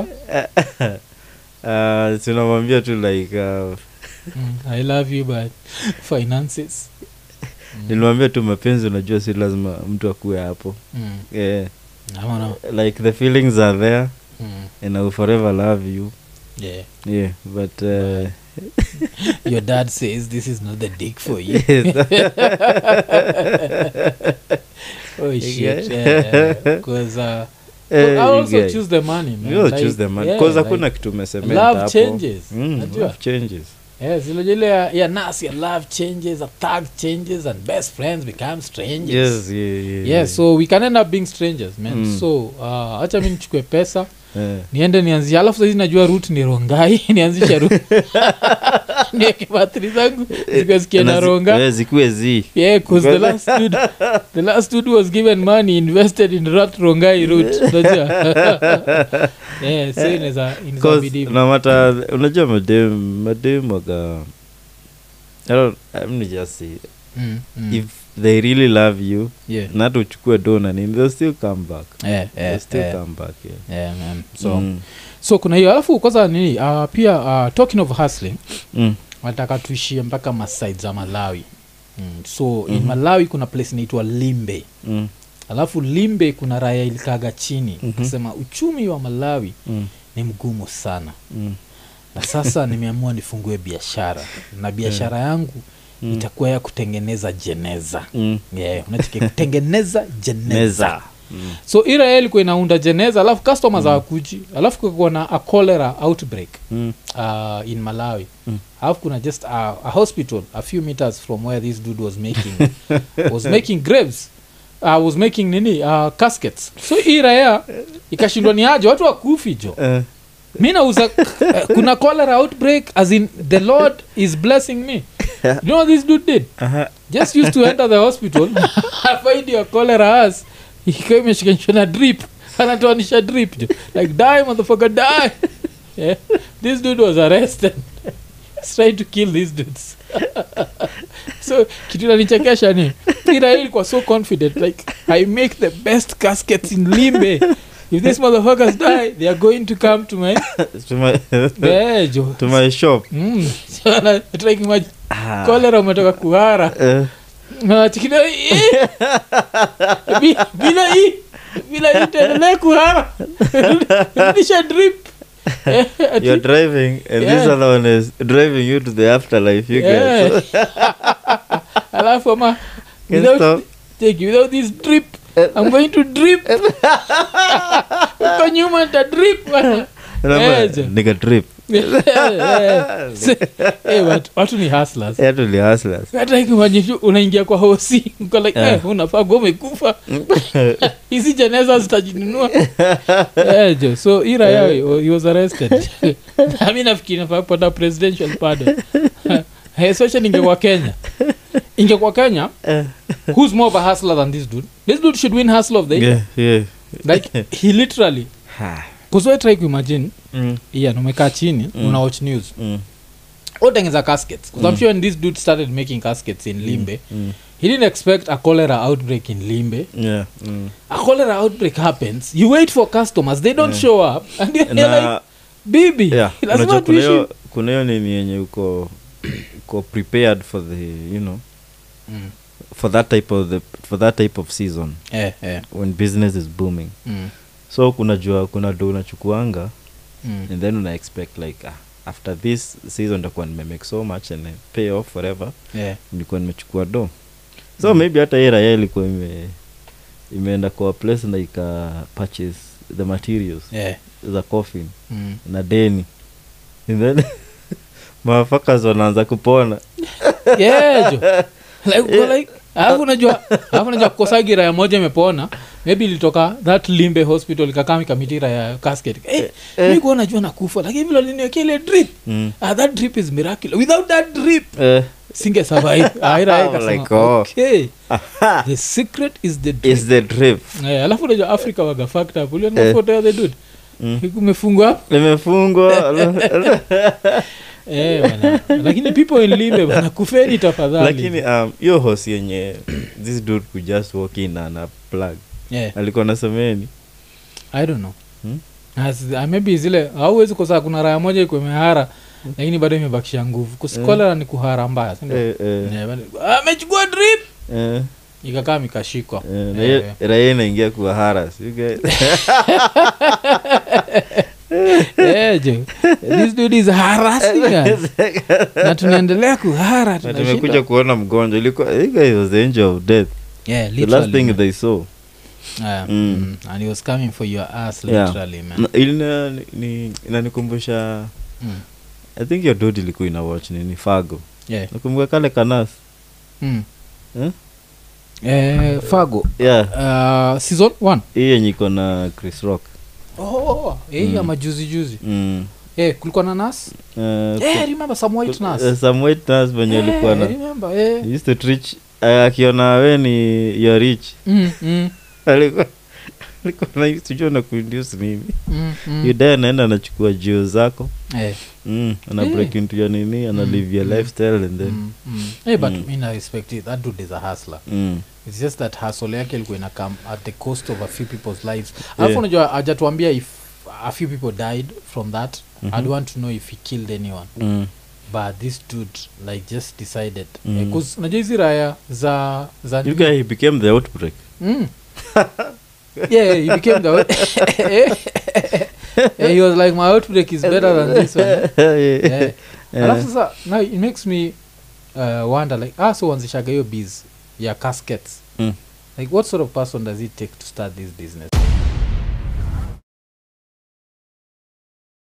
S2: uh, sinamwambia tu like uh,
S1: mm, i love you but finances
S2: nilimwambia tu mapenzi unajua si lazima mtu akuwe hapo
S1: mm.
S2: yeah.
S1: ama no
S2: like the feelings are there
S1: mm.
S2: and I will forever love you
S1: yeah
S2: yeah but uh,
S1: Your dad says this is not the dick for you. oh shit! Because uh,
S2: eh,
S1: I also
S2: you guy,
S1: choose the money. Man.
S2: you will choose the man 'Cause hakuna
S1: like,
S2: kitu umesemea
S1: love
S2: hapo.
S1: changes.
S2: Mm,
S1: Najua.
S2: love changes
S1: yeah, zile zile ya, ya nasi ya love changes, a thug changes, and best friends become strangers.
S2: yes yeah, yeah,
S1: Yeah,
S2: yeah.
S1: so we can end up being strangers man
S2: Mm.
S1: so uh, acha mi nichukue pesa
S2: Eh.
S1: niende nianzishe alafu sahizi najua rut ni rongai nianzishe rut niweke batri zangu zikuwe zikienda
S2: Na zi-
S1: ronga
S2: eh, zikuwe zi
S1: Yeah, because the
S2: Because-
S1: last dude, the last dude was given money invested in Rat Rongai route. unajua? yeah, so inaweza inaweza
S2: Cause,
S1: bidi.
S2: no matter unajua madem madem waga I don't, I'm gonna just say
S1: Mm, mm.
S2: if they really love you
S1: Yeah.
S2: na hata uchukue dona nini they'll still come back
S1: Yeah,
S2: they'll
S1: yeah,
S2: still
S1: yeah.
S2: come back yeah.
S1: Yeah, man. Eh, So,
S2: mm.
S1: so kuna hiyo alafu kwanza nini uh, pia uh, talking of hustling
S2: Mm.
S1: nataka tuishie mpaka maside za Malawi mm. so mm-hmm.
S2: Mhm.
S1: in Malawi kuna place inaitwa Limbe
S2: Mm.
S1: alafu Limbe kuna raya ilikaga chini
S2: Mhm.
S1: mm-hmm. kasema uchumi wa Malawi
S2: Mm.
S1: ni mgumu sana
S2: Mm.
S1: na sasa nimeamua nifungue biashara na biashara yangu
S2: Mm.
S1: itakuwa ya kutengeneza jeneza
S2: Mm.
S1: yeah, unachiki kutengeneza jeneza
S2: meza mm.
S1: so irael ilikuwa inaunda jeneza alafu customers hawakuji alafu kukakuwa na a cholera outbreak
S2: Mm.
S1: uh, in malawi
S2: Mm.
S1: alafu kuna just a, a hospital a few meters from where this dude was making was making graves uh, was making nini uh, caskets so iraya ikashindwa ni aje watu wakufi jo
S2: Eh,
S1: mi nauza eh, kuna cholera outbreak as in the lord is blessing me you know what this dude did
S2: aha.
S1: just used to enter the hospital find your cholera as ikiwa imeshikanishwa na drip anatoanisha drip jo. like die motherfucker die yeah. this dude was arrested He's trying to kill these dudes so kitu nanichekesha ni irael ilikuwa so confident like i make the best caskets in limbe if these motherfuckers die they are going to come to my
S2: To my-
S1: bejo
S2: to my shop
S1: Mm.
S2: Ah.
S1: kolera umetoka kuhara
S2: Eh,
S1: nachikina bila hii vila nitaendelea kuhara rudisha drip Eh, at
S2: you're
S1: least-
S2: driving and this
S1: Yeah.
S2: other one is driving you to the afterlife
S1: Eh.
S2: you guys
S1: Yeah. alafu ama
S2: Can
S1: without-
S2: stop.
S1: take without this drip i'm going to drip uko nyuma nita drip bwana.
S2: And I'm
S1: Yeah,
S2: like,
S1: Joe.
S2: nigga drip
S1: Eh, eh. Se- eh, watu- watu ni hustlers
S2: Yaani ni hustlers
S1: hata ikimanisha unaingia kwa hosi uko like
S2: Yeah.
S1: eh, unafaa kuwa umekufa hizi jeneza zitajinunua Eh, jo so ira
S2: Eh.
S1: yao he was arrested nami nafikiri nafaa kupata presidential pardon Eh, especially ingekuwa kenya ingekuwa kenya
S2: Eh.
S1: who's more of a hustler than this dude this dude should win hustle of the year
S2: yeah Eh, yeah
S1: like he literally
S2: Ha.
S1: kuzwe try kuimagine
S2: Mm,
S1: ian umekaa chini
S2: Mm.
S1: una watch news
S2: mm,
S1: otengeza caskets because i'm
S2: Mm.
S1: sure when this dude started making caskets in limbe
S2: mm.
S1: he didn't expect a cholera outbreak in limbe
S2: Yeah, mm.
S1: a cholera outbreak happens you wait for customers they don't
S2: Yeah.
S1: show up and you're like
S2: na
S1: bibi
S2: yeah,
S1: lazima
S2: unajua kuna
S1: tuishi
S2: hiyo- kuna hiyo nini yenye uko uko prepared for the you know
S1: Mm.
S2: for that type of the for that type of season
S1: Eh, eh.
S2: when business is booming
S1: Mm,
S2: so kunajua kuna do unachukuanga
S1: mm,
S2: and then una expect like ah, after this season nitakuwa nimemake so much and I pay off forever
S1: yeah.
S2: nilikuwa nimechukua do so maybe hata hii raya ilikuwa ime imeenda kwa a place na ika purchase the materials
S1: Yeah.
S2: za coffin
S1: Mm.
S2: na deni and then mafakas wanaanza kupona
S1: Yeah, jo. Like, uko like, alafu unajua alafu unajua kukosagi raya moja imepona maybe ilitoka that limbe hospital ikakam ikamiti raya casket eh, mi kuwa najua nakufa lakini vile liniwekea ile drip
S2: mm.
S1: ah, that drip is miraculous without that drip
S2: eh,
S1: singe survive Ah, raya ikasema,
S2: Like, oh.
S1: okay
S2: aha,
S1: the secret is the drip
S2: is the drip
S1: Eh, alafu unajua africa waga factor uliona
S2: Eh.
S1: photo ya the dude
S2: mm.
S1: umefungwa hapo
S2: limefungwa
S1: eh, bana. lakini people in limbe bana kufeni tafadhali
S2: lakini um, hiyo hos yenye this dude could just walk in and a plug
S1: yeah,
S2: alikuwa nasemeni
S1: Eh, i don't know
S2: Hmm?
S1: As, ah, maybe zile hauwezi kosa kuna raya moja iko imehara lakini bado imebakisha nguvu kusikolera ni kuhara mbaya si ndio?
S2: Hmm? eh, eh,
S1: Eh, bado- Ah, amechukua drip
S2: eh,
S1: ikakaa mikashikwa
S2: eh, na
S1: Eh,
S2: hiyo- raia inaingia kuwa haras you guys.
S1: eh, jo. This dude is harassing us. na tunaendelea kuhara
S2: Na
S1: tunashindwa.
S2: tumekuja kuona mgonjwa ilikuwa you guys was the angel of death
S1: Yeah,
S2: the last
S1: literally,
S2: thing
S1: man.
S2: they saw
S1: Ah,
S2: Mm.
S1: mm, and he was coming for your ass
S2: Yeah.
S1: literally man
S2: Na ilina- ni- inanikumbusha
S1: Mm.
S2: i think your dod ilikuwa ina watch nini fago
S1: Yeah.
S2: nakumbuka kale kanas
S1: Mm.
S2: Eh?
S1: Eh, fago
S2: yeah
S1: uh, season one
S2: hii yenye iko na chris rock
S1: oh, eh,
S2: Mm.
S1: ya majuzi juzi
S2: mm.
S1: eh, kulikuwa na nas
S2: Eh,
S1: eh, remember some white
S2: ku-
S1: nas
S2: eh, some white nurse venye
S1: Eh,
S2: alikuwa na
S1: remember, eh.
S2: he used to treat- eh, akiona we ni you're rich
S1: Mm, mm,
S2: alikuwa alikuwa na- sijui na kuinduce nini
S1: mm, mm.
S2: yuda anaenda anachukua jio zako
S1: Eh,
S2: mm, ana
S1: Eh.
S2: break into your nini ana
S1: Mm,
S2: live your
S1: mm,
S2: lifestyle and then
S1: mm, mm. Eh, but
S2: Mm.
S1: mi na respect it. that dude is a hustler
S2: Mm.
S1: it's just that hustle yake ilikuwa ina come at the cost of a few people's lives
S2: Yeah.
S1: alafu unajua ajatuambia if a few people died from that
S2: Mhm.
S1: i'd want to know if he killed anyone
S2: Mm.
S1: but this dude like just decided
S2: Mm.
S1: mm. unajua hizi raya za za
S2: you guy he became the outbreak
S1: mm. yeah he became the yeah, he was like my outbreak is better than this one yeah. alafu sasa now it makes me uh, wonder like ah so wanzishaga hiyo biz ya caskets
S2: Mm.
S1: like what sort of person does it take to start this business